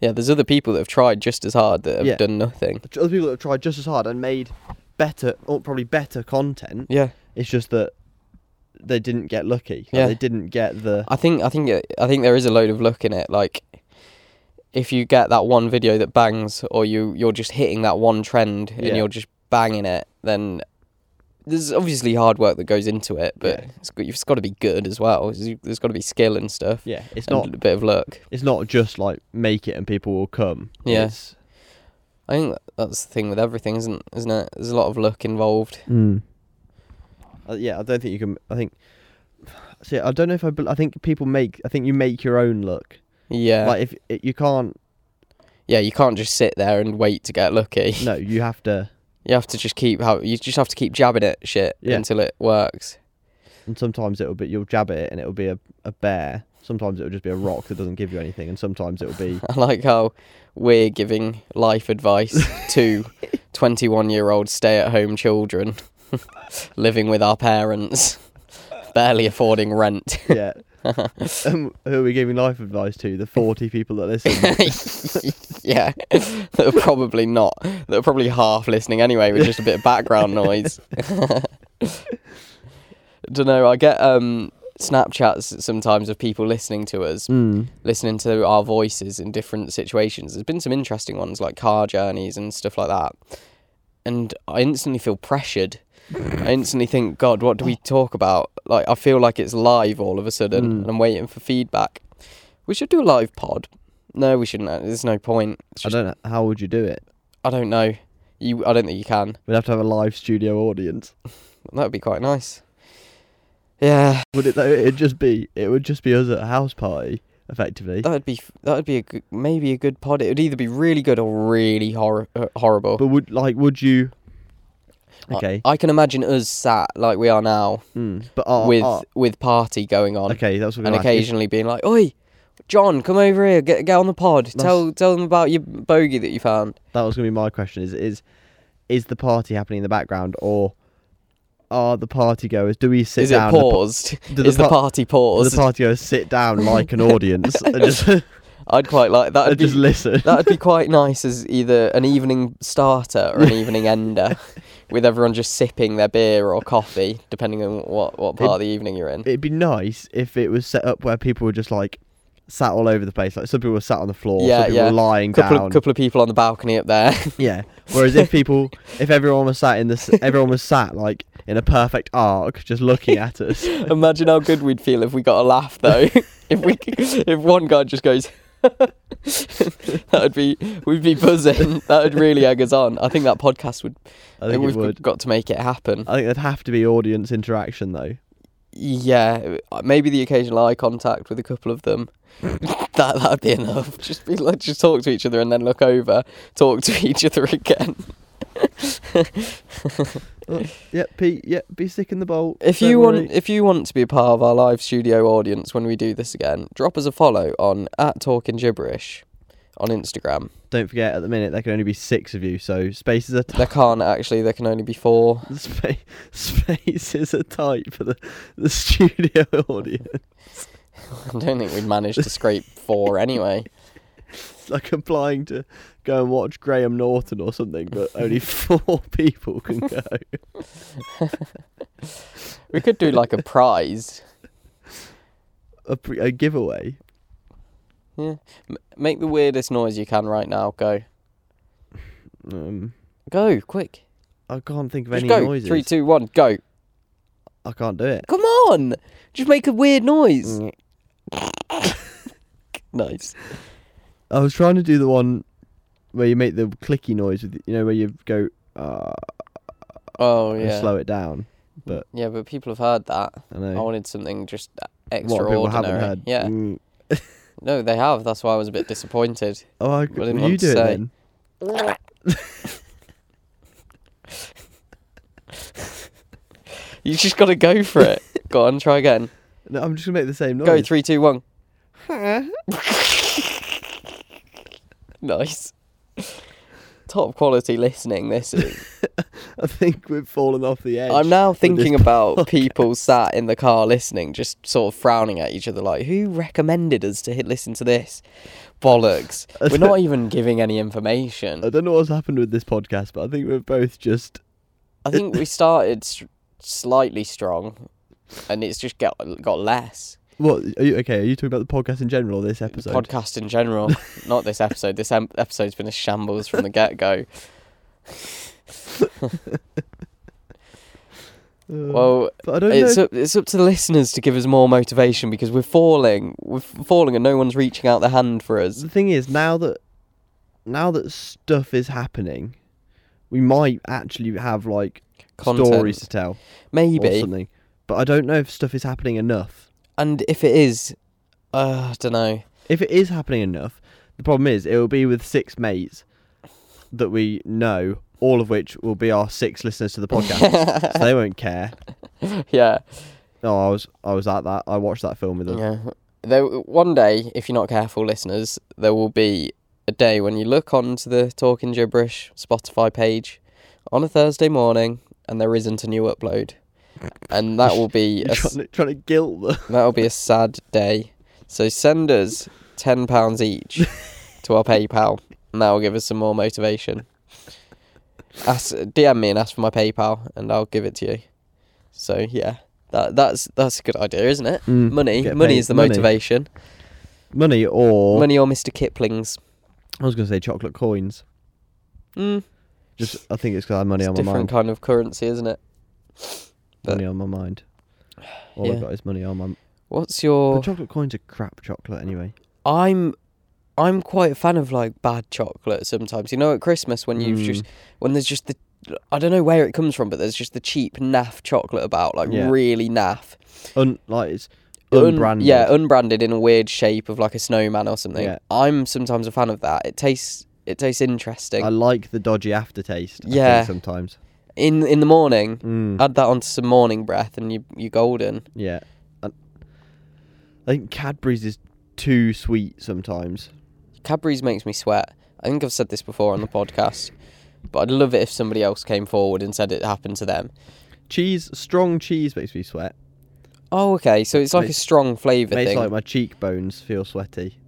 Speaker 1: Yeah, there's other people that have tried just as hard that have
Speaker 2: Yeah.
Speaker 1: done nothing.
Speaker 2: The other people that have tried just as hard and made better or probably better content.
Speaker 1: Yeah,
Speaker 2: It's just that they didn't get lucky. Like,
Speaker 1: Yeah.
Speaker 2: They didn't get the
Speaker 1: I think I think it, I think there is a load of luck in it. Like, if you get that one video that bangs, or you you're just hitting that one trend
Speaker 2: Yeah.
Speaker 1: and you're just banging it, then there's obviously hard work that goes into it, but
Speaker 2: Yeah.
Speaker 1: it's got, you've got to be good as well. There's got to be skill and stuff.
Speaker 2: yeah. It's
Speaker 1: and
Speaker 2: not
Speaker 1: a bit of luck.
Speaker 2: it's not just like make it and people will come.
Speaker 1: Yeah.
Speaker 2: It's,
Speaker 1: I think that's the thing with everything, isn't isn't it? There's a lot of luck involved.
Speaker 2: Uh, yeah. I don't think you can. I think. See, I don't know if I. bel I think people make. I think you make your own look.
Speaker 1: Yeah,
Speaker 2: Like if it, you can't.
Speaker 1: yeah. You can't just sit there and wait to get lucky.
Speaker 2: No, you have to.
Speaker 1: You have to just keep how you just have to keep jabbing at shit
Speaker 2: Yeah.
Speaker 1: until it works. *laughs*
Speaker 2: And sometimes it'll be you'll jab at it and it'll be a, a bear. Sometimes it'll just be a rock that doesn't give you anything. And sometimes it'll
Speaker 1: *laughs*
Speaker 2: be
Speaker 1: I like how we're giving life advice to 21 year old stay at home children *laughs* living with our parents, *laughs* barely affording rent. *laughs*
Speaker 2: yeah. um, who are we giving life advice to? The 40 people that listen.
Speaker 1: yeah, *laughs* that are probably not, that are probably half listening anyway with just a bit of background noise. *laughs* Don't know, I get um, Snapchats sometimes of people listening to us
Speaker 2: mm.
Speaker 1: listening to our voices in different situations. There's been some interesting ones like car journeys and stuff like that. And I instantly feel pressured. I instantly think, God, what do we talk about? Like, I feel like it's live all of a sudden
Speaker 2: Mm.
Speaker 1: and I'm waiting for feedback. We should do a live pod. No, we shouldn't. There's no point. It's
Speaker 2: I
Speaker 1: just-
Speaker 2: don't know. How would you do it?
Speaker 1: I don't know. You, I don't think you can.
Speaker 2: We'd have to have a live studio audience.
Speaker 1: That would be quite nice. Yeah,
Speaker 2: Would it though? It'd just be. It would just be us at a house party, effectively.
Speaker 1: that would be that would be a good, maybe a good pod. It would either be really good or really hor- uh, horrible.
Speaker 2: But would like would you?
Speaker 1: I-
Speaker 2: Okay.
Speaker 1: I, can imagine us sat like we are now
Speaker 2: Mm. But are,
Speaker 1: with
Speaker 2: are-
Speaker 1: with party going on
Speaker 2: okay, that's
Speaker 1: and
Speaker 2: what I'm gonna ask.
Speaker 1: occasionally being like, Oi, John, come over here, get get on the pod. Tell tell them about your bogey that you found.
Speaker 2: That was gonna be my question. Is is is the party happening in the background or? Are the party goers? Do we sit
Speaker 1: Is it
Speaker 2: down? and the pa-
Speaker 1: paused?
Speaker 2: do
Speaker 1: Is the
Speaker 2: par-
Speaker 1: party
Speaker 2: do
Speaker 1: paused?
Speaker 2: the party goers
Speaker 1: *laughs*
Speaker 2: sit down like an audience and just
Speaker 1: I'd quite like that.
Speaker 2: *laughs* and just listen?
Speaker 1: That'd
Speaker 2: *laughs*
Speaker 1: be quite nice as either an evening starter or an evening
Speaker 2: *laughs*
Speaker 1: ender, with everyone just sipping their beer or coffee, depending on what, what part of the evening you're in.
Speaker 2: it'd be nice if it was set up where people were just like sat all over the place. Like some people were sat on the floor,
Speaker 1: Yeah,
Speaker 2: some people
Speaker 1: yeah.
Speaker 2: were lying
Speaker 1: Couple
Speaker 2: down.
Speaker 1: of, couple of people on the balcony up there.
Speaker 2: Yeah. Whereas
Speaker 1: *laughs*
Speaker 2: if people, if everyone was sat in this, everyone was sat like in a perfect arc, just looking at
Speaker 1: *laughs*
Speaker 2: us.
Speaker 1: Imagine how good we'd feel if we got a laugh
Speaker 2: *laughs*
Speaker 1: though. if we, if one guy just goes, *laughs* that would be we'd be buzzing. That would really egg us on. I think that podcast would.
Speaker 2: I think it
Speaker 1: we've
Speaker 2: would.
Speaker 1: got to make it happen.
Speaker 2: I think there'd have to be audience interaction though.
Speaker 1: yeah, maybe the occasional eye contact with a couple of them. that that'd be enough. Just be like, just talk to each other and then look over, talk to *laughs* each other again.
Speaker 2: Yep, Pete. Yep, be sick in the bowl.
Speaker 1: If
Speaker 2: Don't
Speaker 1: you
Speaker 2: worry.
Speaker 1: want, if you want to be a part of our live studio audience when we do this again, drop us a follow on at Talking Gibberish on Instagram.
Speaker 2: don't forget at the minute there can only be six of you, so spaces are tight.
Speaker 1: There can't actually. There can only be four.
Speaker 2: *laughs*
Speaker 1: *laughs*
Speaker 2: Spa- spaces are tight for the the studio *laughs* audience.
Speaker 1: I don't think we'd manage to scrape four anyway.
Speaker 2: It's like applying to go and watch Graham Norton or something, but
Speaker 1: *laughs*
Speaker 2: only four *laughs* people can go.
Speaker 1: We could do like a prize.
Speaker 2: A, pre- a giveaway.
Speaker 1: Yeah, M- make the weirdest noise you can right now. Go,
Speaker 2: Um,
Speaker 1: go, quick.
Speaker 2: I can't think of
Speaker 1: Just
Speaker 2: any
Speaker 1: go.
Speaker 2: noises.
Speaker 1: Three, two, one, go.
Speaker 2: I can't do it.
Speaker 1: Come on, just make a weird noise.
Speaker 2: Mm.
Speaker 1: *laughs* nice.
Speaker 2: I was trying to do the one where you make the clicky noise with you know where you go uh,
Speaker 1: Oh
Speaker 2: and
Speaker 1: yeah.
Speaker 2: slow it down. but-
Speaker 1: yeah, but people have heard that.
Speaker 2: I know.
Speaker 1: I wanted something just
Speaker 2: what
Speaker 1: extraordinary.
Speaker 2: people haven't heard.
Speaker 1: Yeah.
Speaker 2: Mm.
Speaker 1: No, they have. That's why I was a bit disappointed.
Speaker 2: Oh, I,
Speaker 1: didn't
Speaker 2: well, you
Speaker 1: want to
Speaker 2: do it
Speaker 1: say.
Speaker 2: then.
Speaker 1: *laughs* You just got to go for it. go on, try again.
Speaker 2: No, I'm just gonna make the same noise.
Speaker 1: Go three, two, one. nice. Top quality listening. This is.
Speaker 2: *laughs* I think we've fallen off the edge. *laughs*
Speaker 1: I'm now thinking
Speaker 2: this
Speaker 1: about people sat in the car listening, just sort of frowning at each other, like, "Who recommended us to hit listen to this?" Bollocks. We're not even giving any information.
Speaker 2: I don't know what's happened with this podcast, but I think we're both just
Speaker 1: I think we started s slightly strong, and it's just got got less.
Speaker 2: what? Are you okay? Are you talking about the podcast in general or this episode?
Speaker 1: Podcast in
Speaker 2: *laughs*
Speaker 1: general, not this episode. This em- episode's been a shambles from the get
Speaker 2: *laughs*
Speaker 1: go.
Speaker 2: Uh,
Speaker 1: Well,
Speaker 2: but I don't know.
Speaker 1: it's up, it's up to the listeners to give us more motivation because we're falling, we're f- falling, and no one's reaching out the hand for us.
Speaker 2: the thing is now that now that stuff is happening, we might actually have like
Speaker 1: Content.
Speaker 2: stories to tell or
Speaker 1: Maybe,
Speaker 2: something. But I don't know if stuff is happening enough.
Speaker 1: and if it is, uh, I don't know.
Speaker 2: If it is happening enough, the problem is it will be with six mates that we know, all of which will be our six listeners to
Speaker 1: *laughs*
Speaker 2: the podcast. so they won't care.
Speaker 1: *laughs* Yeah,
Speaker 2: No, I was I was at that. I watched that film with them.
Speaker 1: yeah. There, one day, if you're not careful, listeners, there will be a day when you look onto the Talking Gibberish Spotify page on a Thursday morning, and there isn't a new upload, and that will
Speaker 2: *laughs*
Speaker 1: be
Speaker 2: You're
Speaker 1: a s-
Speaker 2: trying, to, trying to guilt them.
Speaker 1: That'll be a sad day. So send us ten pounds each to our PayPal, and that will give us some more motivation. Ask, DM me and ask for my PayPal, and I'll give it to you. So yeah, that that's that's a good idea, isn't it?
Speaker 2: *laughs* Mm,
Speaker 1: money,
Speaker 2: get
Speaker 1: money
Speaker 2: paid.
Speaker 1: is the
Speaker 2: Money.
Speaker 1: motivation.
Speaker 2: Money or
Speaker 1: Money or Mr. Kipling's.
Speaker 2: I was going to say chocolate coins.
Speaker 1: Mm,
Speaker 2: Just I think it's because I have money
Speaker 1: it's
Speaker 2: on
Speaker 1: a
Speaker 2: my
Speaker 1: different
Speaker 2: mind.
Speaker 1: kind of currency, isn't it? but-
Speaker 2: Money on my mind. All
Speaker 1: Yeah.
Speaker 2: I've got is money on my.
Speaker 1: What's
Speaker 2: The
Speaker 1: your?
Speaker 2: chocolate coins are crap chocolate anyway.
Speaker 1: I'm, I'm quite a fan of like bad chocolate sometimes. You know, at Christmas when you've just
Speaker 2: Mm.
Speaker 1: when there's just the I don't know where it comes from, but there's just the cheap naff chocolate about, like
Speaker 2: Yeah.
Speaker 1: really naff,
Speaker 2: Un, like it's
Speaker 1: Un-
Speaker 2: unbranded.
Speaker 1: yeah, unbranded in a weird shape of like a snowman or something.
Speaker 2: Yeah.
Speaker 1: I'm sometimes a fan of that. It tastes it tastes interesting.
Speaker 2: I like the dodgy aftertaste. I think,
Speaker 1: Yeah.
Speaker 2: sometimes.
Speaker 1: in in the morning,
Speaker 2: Mm,
Speaker 1: add that onto some morning breath, and you you golden.
Speaker 2: yeah. I, I think Cadbury's is too sweet sometimes.
Speaker 1: Cadbury's makes me sweat. I think I've said this before on the podcast, but I'd love it if somebody else came forward and said it happened to them.
Speaker 2: Cheese, strong cheese makes me sweat.
Speaker 1: Oh, okay, so it's like
Speaker 2: Makes-
Speaker 1: a strong flavour
Speaker 2: Makes
Speaker 1: thing.
Speaker 2: like my cheekbones feel sweaty.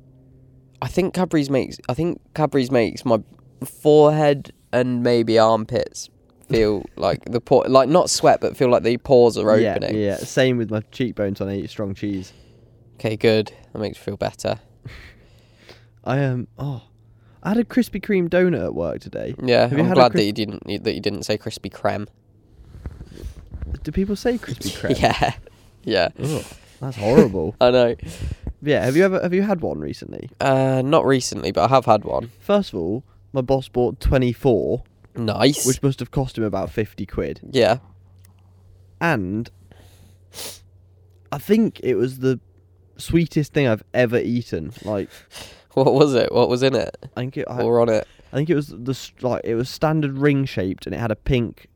Speaker 1: I think Cadbury's makes. I think Cadbury's makes my forehead and maybe armpits
Speaker 2: *laughs*
Speaker 1: feel like the pore, like not sweat, but feel like the pores are
Speaker 2: Yeah,
Speaker 1: opening.
Speaker 2: Yeah, same with my cheekbones on I eat strong cheese.
Speaker 1: Okay, good. That makes me feel better.
Speaker 2: I um oh, I had a Krispy Kreme donut at work today.
Speaker 1: Yeah,
Speaker 2: Have you
Speaker 1: I'm
Speaker 2: had a
Speaker 1: glad
Speaker 2: Chris-
Speaker 1: that you didn't that you didn't say Krispy Kreme.
Speaker 2: Do people
Speaker 1: *laughs*
Speaker 2: say Krispy Kreme?
Speaker 1: Yeah, yeah.
Speaker 2: Ugh,
Speaker 1: *laughs*
Speaker 2: that's horrible.
Speaker 1: I know.
Speaker 2: yeah, have you ever have you had one recently?
Speaker 1: Uh, not recently, but I have had one.
Speaker 2: First of all, my boss bought twenty four,
Speaker 1: Nice.
Speaker 2: which must have cost him about fifty quid,
Speaker 1: yeah.
Speaker 2: and I think it was the sweetest thing I've ever eaten. Like
Speaker 1: *laughs* What was it? What was in it?
Speaker 2: I think it, I,
Speaker 1: What were on it?
Speaker 2: I think it was the s- like it was standard ring shaped and it had a pink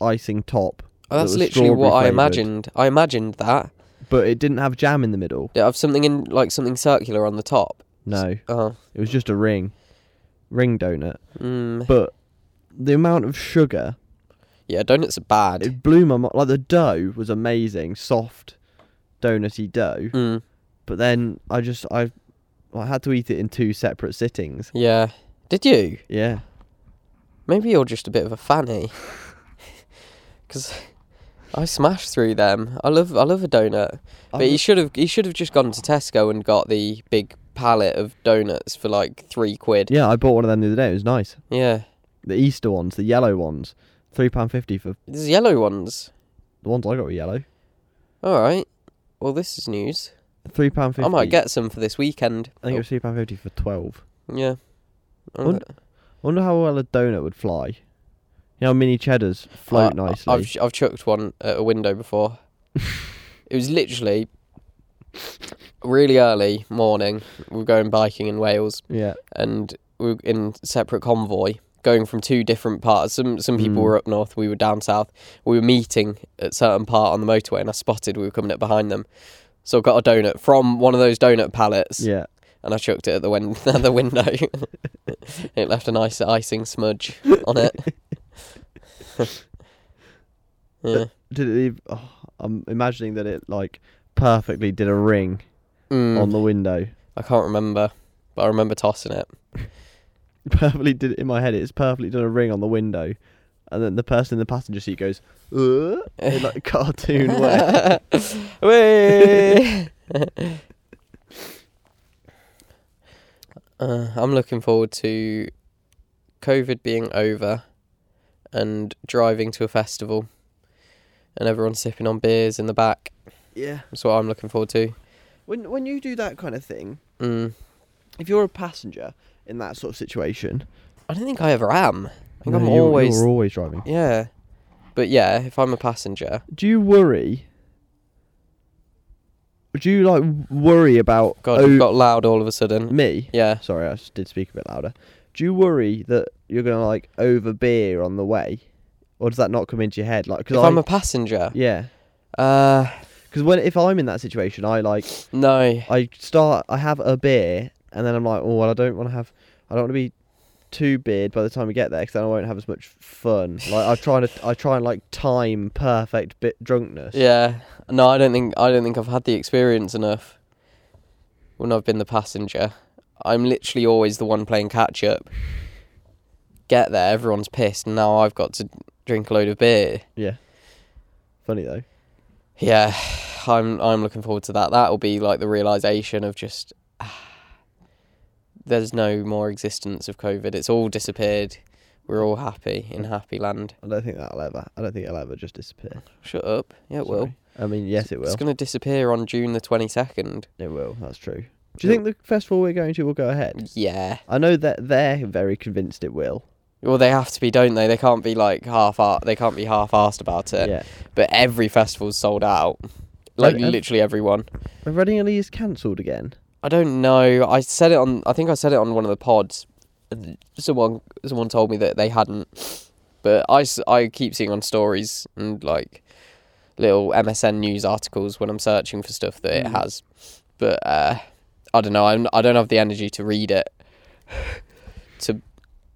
Speaker 2: icing top,
Speaker 1: Oh, that's
Speaker 2: was
Speaker 1: literally what I
Speaker 2: strawberry-flavoured.
Speaker 1: imagined. I imagined that.
Speaker 2: but it didn't have jam in the middle.
Speaker 1: Yeah, I've something in like something circular on the top.
Speaker 2: No,
Speaker 1: Oh,
Speaker 2: it was just a ring, ring donut.
Speaker 1: mm.
Speaker 2: But the amount of sugar
Speaker 1: yeah, donuts are bad.
Speaker 2: it blew my mind. Like the dough was amazing, soft, donutty dough.
Speaker 1: Mm.
Speaker 2: But then I just I I had to eat it in two separate sittings.
Speaker 1: Yeah. Did you?
Speaker 2: Yeah,
Speaker 1: Maybe you're just a bit of a fanny. *laughs* Because I smash through them. I love I love a donut. But
Speaker 2: I-
Speaker 1: he should have he should have just gone to Tesco and got the big pallet of donuts for like three quid.
Speaker 2: yeah. I bought one of them the other day. It was nice.
Speaker 1: Yeah.
Speaker 2: The Easter ones, the yellow ones, three pound fifty for
Speaker 1: There's yellow ones.
Speaker 2: the ones I got were yellow.
Speaker 1: All right. Well, this is news.
Speaker 2: Three pound fifty.
Speaker 1: I might get some for this weekend. Oh,
Speaker 2: I think it was three pound fifty for twelve.
Speaker 1: Yeah. I
Speaker 2: Wonder- I wonder how well a donut would fly. You know, mini cheddars float
Speaker 1: I- I-
Speaker 2: nicely.
Speaker 1: Uh, I've sh- I've chucked one at a window
Speaker 2: *laughs*
Speaker 1: before. it was literally really early morning. We were going biking in Wales,
Speaker 2: yeah,
Speaker 1: and we were in separate convoy going from two different parts. Some some people
Speaker 2: Mm.
Speaker 1: were up north, we were down south. We were meeting at certain part on the motorway, and I spotted we were coming up behind them. So I got a donut from one of those donut pallets,
Speaker 2: yeah.
Speaker 1: and I chucked it at the, win- *laughs* at the window. it left a nice icing smudge on it. *laughs* yeah.
Speaker 2: Did it leave? Oh, I'm imagining that it like perfectly did a ring
Speaker 1: Mm,
Speaker 2: on the window.
Speaker 1: I can't remember, but I remember tossing it.
Speaker 2: *laughs* perfectly did it in my head. It's perfectly done a ring on the window, and then the person in the passenger seat goes, "Ugh,"
Speaker 1: *laughs*
Speaker 2: in like a cartoon way.
Speaker 1: Way. *laughs* uh, I'm looking forward to COVID being over and driving to a festival and everyone sipping on beers in the back.
Speaker 2: Yeah.
Speaker 1: That's what I'm looking forward to.
Speaker 2: When when you do that kind of thing,
Speaker 1: Mm.
Speaker 2: if you're a passenger in that sort of situation,
Speaker 1: I don't think I ever am. I think
Speaker 2: No,
Speaker 1: I'm
Speaker 2: you-
Speaker 1: always.
Speaker 2: you're always driving.
Speaker 1: Yeah. But yeah, if I'm a passenger,
Speaker 2: Do you worry? Do you like worry about
Speaker 1: God,
Speaker 2: oh,
Speaker 1: it got loud all of a sudden.
Speaker 2: me?
Speaker 1: Yeah.
Speaker 2: Sorry, I s- did speak a bit louder. Do you worry that you're gonna like over beer on the way, or does that not come into your head? Like,
Speaker 1: If
Speaker 2: because
Speaker 1: I'm a passenger,
Speaker 2: yeah,
Speaker 1: uh,
Speaker 2: because when if I'm in that situation, I like
Speaker 1: no.
Speaker 2: I start. I have a beer, and then I'm like, oh, well, I don't want to have. I don't want to be too beard by the time we get there, because then I won't have as
Speaker 1: *laughs*
Speaker 2: much fun. Like I try to, I try and like time perfect bit drunkenness.
Speaker 1: Yeah, no, I don't think I don't think I've had the experience enough. When I've been the passenger, I'm literally always the one playing catch up. Get there, everyone's pissed, and now I've got to drink a load of beer.
Speaker 2: Yeah. Funny though.
Speaker 1: Yeah, I'm I'm looking forward to that. That'll be like the realization of just there's no more existence of COVID. It's all disappeared. We're all happy in happy land.
Speaker 2: I don't think that'll ever. I don't think it'll ever just disappear.
Speaker 1: Shut up. Yeah, it will.
Speaker 2: Sorry. I mean, yes, it will.
Speaker 1: It's going to disappear on June the 22nd.
Speaker 2: It will. That's true. Do you think the festival we're going to will go ahead?
Speaker 1: Yeah.
Speaker 2: I know that they're very convinced it will.
Speaker 1: Well, they have to be, don't they? They can't be like half ar- They can't be half-assed about it.
Speaker 2: yeah.
Speaker 1: But every festival's sold out. Like
Speaker 2: Have- have-
Speaker 1: literally everyone.
Speaker 2: And Reading Ellie is cancelled again.
Speaker 1: I don't know. I said it on. I think I said it on one of the pods. and Someone someone told me that they hadn't. But I, s- I keep seeing on stories and like little MSN news articles when I'm searching for stuff that it
Speaker 2: Mm.
Speaker 1: has. But uh, I don't know. I'm, I don't have the energy to read it. *laughs* to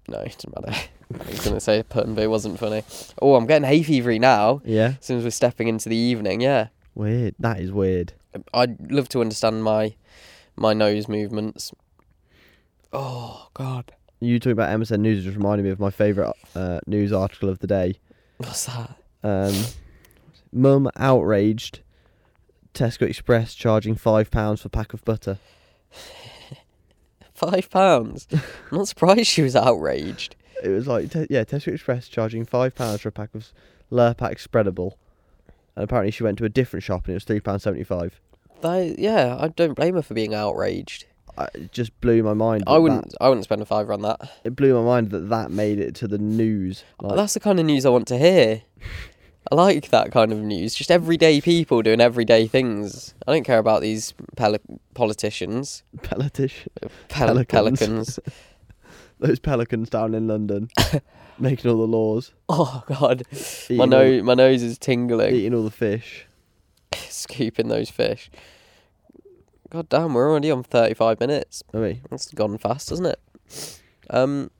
Speaker 1: no, it doesn't matter. *laughs* I was gonna say a pun, but it wasn't funny. Oh, I'm getting hay fevery now.
Speaker 2: Yeah.
Speaker 1: As soon as we're stepping into the evening, yeah.
Speaker 2: Weird. That is weird.
Speaker 1: I'd love to understand my my nose movements. Oh God,
Speaker 2: You talking about MSN News just reminded me of my favourite uh, news article of the day.
Speaker 1: what's that?
Speaker 2: Um, Mum outraged. Tesco Express charging five pounds for pack of butter.
Speaker 1: Five pounds. I'm not surprised she was outraged.
Speaker 2: It was like te- yeah, Tesco Express charging five pounds for a pack of Lurpak spreadable, and apparently she went to a different shop and it was three pounds seventy five.
Speaker 1: That, yeah, I don't blame her for being outraged.
Speaker 2: It just blew my mind.
Speaker 1: I
Speaker 2: that
Speaker 1: wouldn't. I wouldn't spend a fiver on that. Uh,
Speaker 2: that- it blew my mind that that made it to the news. Like,
Speaker 1: That's the kind of news I want to hear. I like that kind of news. Just everyday people doing everyday things. I don't care about these peli- politicians,
Speaker 2: Pelletish.
Speaker 1: pel-
Speaker 2: Pelicans.
Speaker 1: pelicans.
Speaker 2: *laughs* Those pelicans down in
Speaker 1: *laughs*
Speaker 2: London making all the laws,
Speaker 1: Oh god,
Speaker 2: eating,
Speaker 1: my
Speaker 2: all,
Speaker 1: nose, my nose is tingling.
Speaker 2: eating all the fish.
Speaker 1: *laughs* Scooping those fish. God damn, we're already on thirty-five minutes.
Speaker 2: I mean,
Speaker 1: It's gone fast, hasn't it? Um.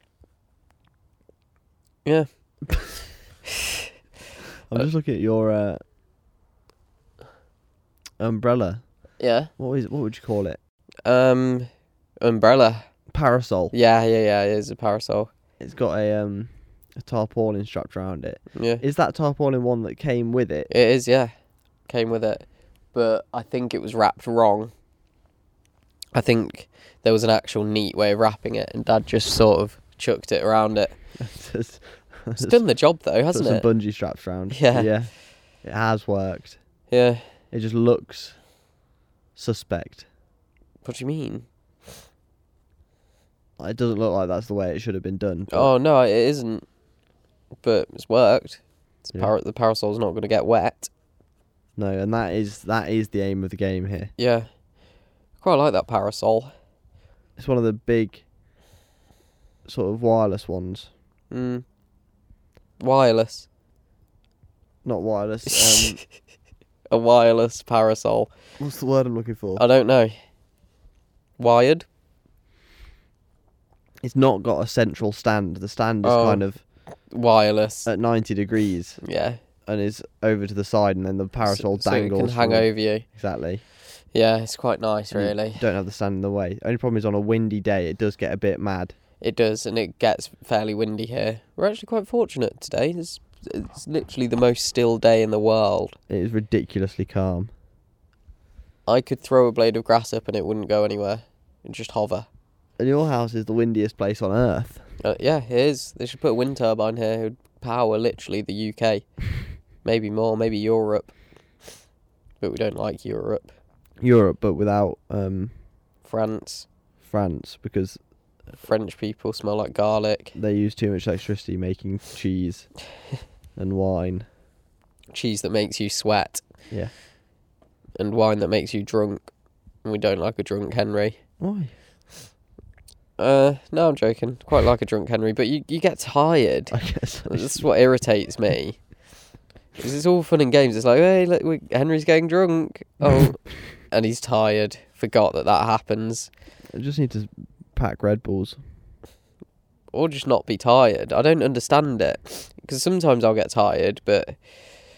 Speaker 1: Yeah.
Speaker 2: I'm just looking at your uh, umbrella.
Speaker 1: Yeah.
Speaker 2: What is? What would you call it?
Speaker 1: Um. Umbrella.
Speaker 2: Parasol.
Speaker 1: Yeah, yeah, yeah. It is a parasol.
Speaker 2: It's got a um a tarpaulin strapped around it.
Speaker 1: Yeah.
Speaker 2: Is that tarpaulin one that came with it? *laughs*
Speaker 1: It is, yeah. Came with it. But I think it was wrapped wrong. I think there was an actual neat way of wrapping it, and Dad just sort of chucked it around *laughs* it.
Speaker 2: Just-
Speaker 1: It's done the job, though,
Speaker 2: put
Speaker 1: hasn't
Speaker 2: some
Speaker 1: it?
Speaker 2: bungee straps around.
Speaker 1: Yeah.
Speaker 2: Yeah. It has worked.
Speaker 1: yeah.
Speaker 2: It just looks suspect.
Speaker 1: What do you mean?
Speaker 2: It doesn't look like that's the way it should have been done. but
Speaker 1: Oh, no, it isn't. But it's worked. It's
Speaker 2: Yeah.
Speaker 1: par- the parasol's not going to get wet.
Speaker 2: No, and that is that is the aim of the game here.
Speaker 1: Yeah. Quite like that parasol.
Speaker 2: It's one of the big sort of wireless ones.
Speaker 1: Mm. Wireless.
Speaker 2: Not wireless.
Speaker 1: *laughs*
Speaker 2: Um,
Speaker 1: A wireless parasol.
Speaker 2: what's the word I'm looking for?
Speaker 1: I don't know. Wired?
Speaker 2: It's not got a central stand. The stand is
Speaker 1: Oh.
Speaker 2: kind of
Speaker 1: Wireless.
Speaker 2: at 90 degrees
Speaker 1: yeah.
Speaker 2: and is over to the side, and then the parasol
Speaker 1: so,
Speaker 2: dangles.
Speaker 1: So it can hang
Speaker 2: from Mm. it.
Speaker 1: over you.
Speaker 2: Exactly.
Speaker 1: Yeah, it's quite nice,
Speaker 2: And you
Speaker 1: really.
Speaker 2: Don't have the stand in the way. Only problem is on a windy day, it does get a bit mad.
Speaker 1: It does, and it gets fairly windy here. We're actually quite fortunate today. It's, it's literally the most still day in the world.
Speaker 2: It is ridiculously calm.
Speaker 1: I could throw a blade of grass up and it wouldn't go anywhere. It'd just hover.
Speaker 2: And your house is the windiest place on earth.
Speaker 1: Uh, yeah, it is. They should put a wind turbine here. It would power literally the UK. maybe more, maybe Europe. But we don't like Europe.
Speaker 2: Europe, but without um,
Speaker 1: France.
Speaker 2: France because
Speaker 1: French people smell like garlic.
Speaker 2: they use too much electricity
Speaker 1: *laughs*
Speaker 2: making cheese and wine.
Speaker 1: Cheese that makes you sweat.
Speaker 2: Yeah.
Speaker 1: And wine that makes you drunk. And we don't like a drunk Henry.
Speaker 2: Why? *laughs*
Speaker 1: Uh, no, I'm joking. Quite like a drunk Henry, but you, you get tired.
Speaker 2: I guess. I
Speaker 1: That's
Speaker 2: should-
Speaker 1: what irritates me. 'Cause it's all fun and games. It's like, hey, look, we, Henry's getting drunk. Oh, and he's tired. Forgot that that happens.
Speaker 2: I just need to pack Red Bulls.
Speaker 1: Or just not be tired. I don't understand it. Because sometimes I'll get tired, but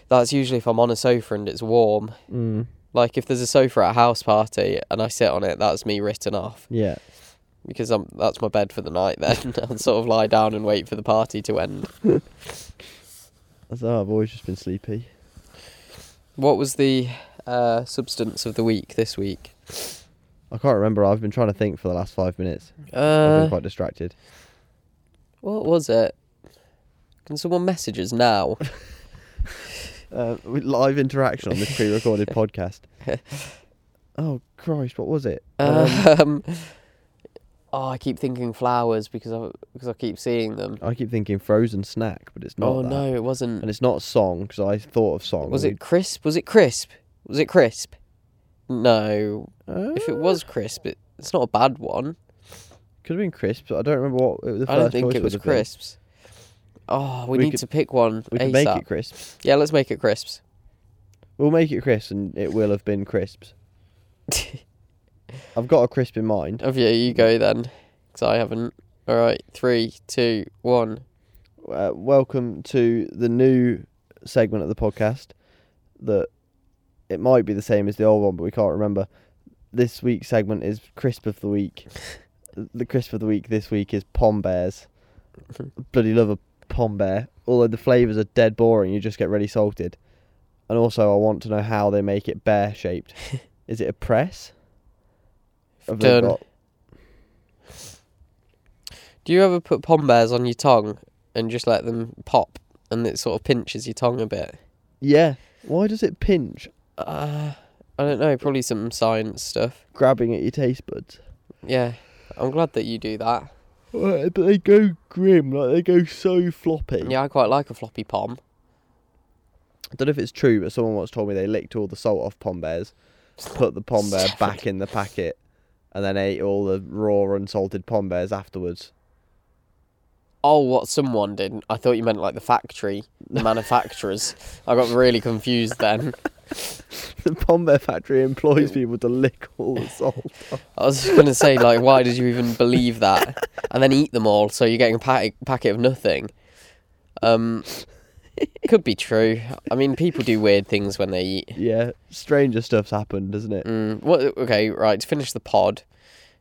Speaker 1: that's usually if I'm on a sofa and it's warm.
Speaker 2: Mm.
Speaker 1: Like if there's a sofa at a house party and I sit on it, that's me written off
Speaker 2: Yeah.
Speaker 1: because I'm that's my bed for the night. Then *laughs* I'll sort of lie down and wait for the party to end.
Speaker 2: That's how "Oh, I've always just been sleepy.
Speaker 1: What was the uh, substance of the week this week?
Speaker 2: I can't remember. I've been trying to think for the last five minutes. I've
Speaker 1: Uh,
Speaker 2: been quite distracted.
Speaker 1: what was it? Can someone message us
Speaker 2: *laughs*
Speaker 1: now?
Speaker 2: Uh, with live interaction on
Speaker 1: *laughs*
Speaker 2: this pre-recorded podcast. Oh Christ! What was it? Uh.
Speaker 1: Um, oh, I keep thinking flowers because I because I keep seeing them.
Speaker 2: Um, I keep thinking frozen snack, but it's not.
Speaker 1: oh
Speaker 2: that.
Speaker 1: no, it wasn't.
Speaker 2: And it's not a song because I thought of song.
Speaker 1: was it crisp? Was it crisp? Was it crisp? No.
Speaker 2: Uh,
Speaker 1: If it was crisp, it, it's not a bad one.
Speaker 2: could have been crisp. But I don't remember what it was. The
Speaker 1: I don't
Speaker 2: first
Speaker 1: think
Speaker 2: choice
Speaker 1: it
Speaker 2: would
Speaker 1: was
Speaker 2: have been.
Speaker 1: crisps. Oh, we,
Speaker 2: We
Speaker 1: need
Speaker 2: could-
Speaker 1: to pick one
Speaker 2: We can
Speaker 1: ASAP.
Speaker 2: make it crisps.
Speaker 1: yeah, let's make it
Speaker 2: *laughs*
Speaker 1: crisps.
Speaker 2: We'll make it crisps, and it will have been crisps. I've got a crisp in mind.
Speaker 1: oh yeah, you go then, because I haven't. All right, three, two, one.
Speaker 2: Uh, welcome to the new segment of the podcast. That it might be the same as the old one, but we can't remember. This week's segment is crisp of the week. the crisp of the week this week is pom bears. Bloody love a pom bear. Although the flavors are dead boring, you just get really salted. And also, I want to know how they make it bear shaped. is it a press? Have they
Speaker 1: Done.
Speaker 2: got-
Speaker 1: Do you ever put pom bears on your tongue and just let them pop, and it sort of pinches your tongue a bit?
Speaker 2: yeah. Why does it pinch?
Speaker 1: Uh, I don't know. Probably some science stuff.
Speaker 2: Grabbing at your taste buds.
Speaker 1: Yeah, I'm glad that you do that.
Speaker 2: Right, but they go grim, like they go so floppy.
Speaker 1: Yeah, I quite like a floppy pom.
Speaker 2: don't know if it's true, but someone once told me they licked all the salt off pom bears, put the pom bear
Speaker 1: Stefan.
Speaker 2: back in the packet, and then ate all the raw unsalted pom bears afterwards. *laughs*
Speaker 1: Oh, what someone did. I thought you meant like the factory, the manufacturers. I got really confused then.
Speaker 2: the pom bear factory employs people to lick all the salt.
Speaker 1: I was just going to say, like, why did you even believe that? And then eat them all, so you're getting a packet, packet of nothing. Um, could be true. I mean, people do weird things when they eat.
Speaker 2: yeah, stranger stuff's happened, doesn't it?
Speaker 1: Mm, what? Okay, right. To finish the pod,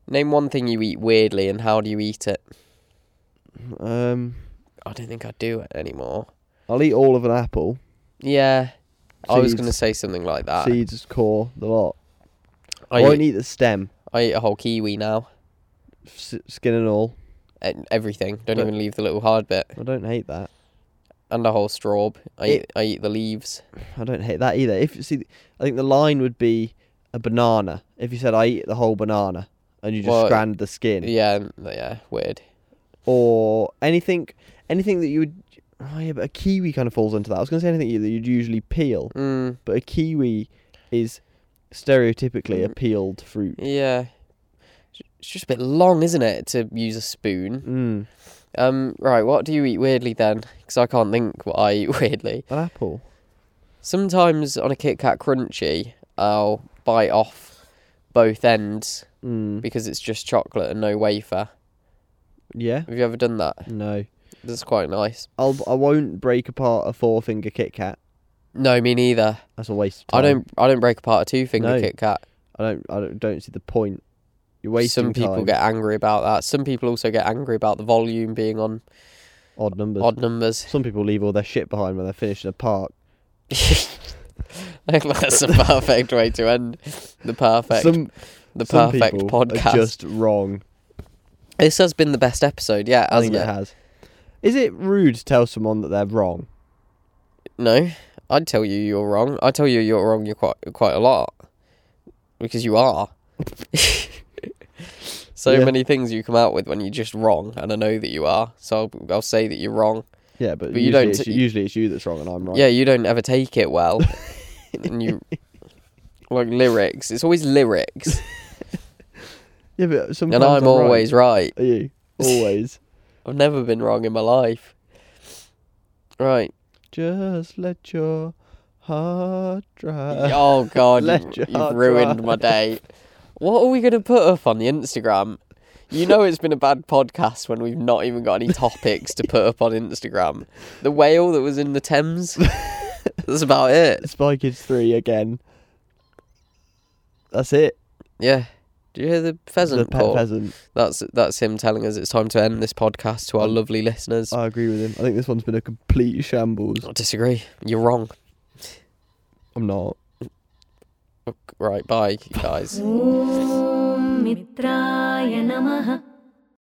Speaker 1: name one thing you eat weirdly, and how do you eat it?
Speaker 2: Um,
Speaker 1: I don't think I do it anymore.
Speaker 2: I'll eat all of an apple,
Speaker 1: Yeah, I was
Speaker 2: Seeds.
Speaker 1: going to say something like that.
Speaker 2: seeds, core, the lot. I,
Speaker 1: I
Speaker 2: won't
Speaker 1: eat,
Speaker 2: eat the stem,
Speaker 1: I eat a whole kiwi now.
Speaker 2: s- skin and all.
Speaker 1: and everything. Don't
Speaker 2: But-
Speaker 1: even leave the little hard bit.
Speaker 2: I don't hate that.
Speaker 1: And a whole straw. I
Speaker 2: It-
Speaker 1: eat, I eat the leaves.
Speaker 2: I don't hate that either. If see, I think the line would be a banana. If you said I eat the whole banana and you just
Speaker 1: Well,
Speaker 2: strand the skin,
Speaker 1: Yeah, n- yeah, weird.
Speaker 2: or anything, anything that you would. Oh yeah, but a kiwi kind of falls into that. I was going to say anything that you'd usually peel,
Speaker 1: Mm,
Speaker 2: but a kiwi is stereotypically a
Speaker 1: Mm.
Speaker 2: peeled fruit.
Speaker 1: yeah. It's just a bit long, isn't it, to use a spoon?
Speaker 2: Mm.
Speaker 1: Um, right, what do you eat weirdly then? Because I can't think what I eat *laughs* weirdly.
Speaker 2: An apple.
Speaker 1: Sometimes on a Kit Kat Crunchy, I'll bite off both ends
Speaker 2: Mm.
Speaker 1: because it's just chocolate and no wafer.
Speaker 2: Yeah.
Speaker 1: Have you ever done that?
Speaker 2: No.
Speaker 1: That's quite nice.
Speaker 2: I'll. I won't break apart a four finger Kit Kat.
Speaker 1: No, me neither.
Speaker 2: That's a waste. Of
Speaker 1: I
Speaker 2: time.
Speaker 1: don't. I don't break apart a two finger
Speaker 2: No.
Speaker 1: Kit Kat.
Speaker 2: I don't. I don't. Don't see the point. You're wasting
Speaker 1: Some people
Speaker 2: time.
Speaker 1: get angry about that. Some people also get angry about the volume being on
Speaker 2: odd numbers.
Speaker 1: odd numbers. *laughs*
Speaker 2: Some people leave all their shit behind when they're finished in a park.
Speaker 1: I think That's a perfect way to end the perfect
Speaker 2: Some,
Speaker 1: the
Speaker 2: some
Speaker 1: perfect
Speaker 2: people
Speaker 1: podcast.
Speaker 2: are just wrong.
Speaker 1: This has been the best episode yet,
Speaker 2: I
Speaker 1: hasn't
Speaker 2: think it
Speaker 1: it?
Speaker 2: has. Is it rude to tell someone that they're wrong?
Speaker 1: No, I'd tell you you're wrong. I tell you you're wrong. You're quite quite a lot because you are. *laughs* so
Speaker 2: Yeah.
Speaker 1: many things you come out with when you're just wrong, and I know that you are. So I'll, I'll say that you're wrong.
Speaker 2: Yeah, but,
Speaker 1: But
Speaker 2: usually,
Speaker 1: you don't
Speaker 2: it's,
Speaker 1: t-
Speaker 2: usually it's you that's wrong and I'm right.
Speaker 1: Yeah, you don't ever take it
Speaker 2: *laughs*
Speaker 1: well. and you like lyrics. It's always lyrics.
Speaker 2: yeah but sometimes
Speaker 1: and I'm
Speaker 2: right.
Speaker 1: always right. *laughs*
Speaker 2: Are you? Always.
Speaker 1: I've never been wrong in my life. Right.
Speaker 2: Just let your heart drive.
Speaker 1: *laughs* oh god,
Speaker 2: let
Speaker 1: you've,
Speaker 2: your
Speaker 1: you've
Speaker 2: heart
Speaker 1: ruined my
Speaker 2: drive.
Speaker 1: day. What are we gonna put up on the Instagram? You know it's been a bad podcast when we've not even got any topics to put up on Instagram. The whale that was in the
Speaker 2: *laughs*
Speaker 1: Thames. That's about it.
Speaker 2: Spy Kids 3 again. That's it.
Speaker 1: Yeah. Do you hear the pheasant
Speaker 2: the pet
Speaker 1: call?
Speaker 2: pheasant.
Speaker 1: That's that's him telling us it's time to end this podcast to our
Speaker 2: Um,
Speaker 1: lovely listeners.
Speaker 2: I agree with him. I think this one's been a complete shambles.
Speaker 1: I disagree. You're wrong.
Speaker 2: I'm not.
Speaker 1: Right, bye, guys.
Speaker 3: ॐ मित्राय नमः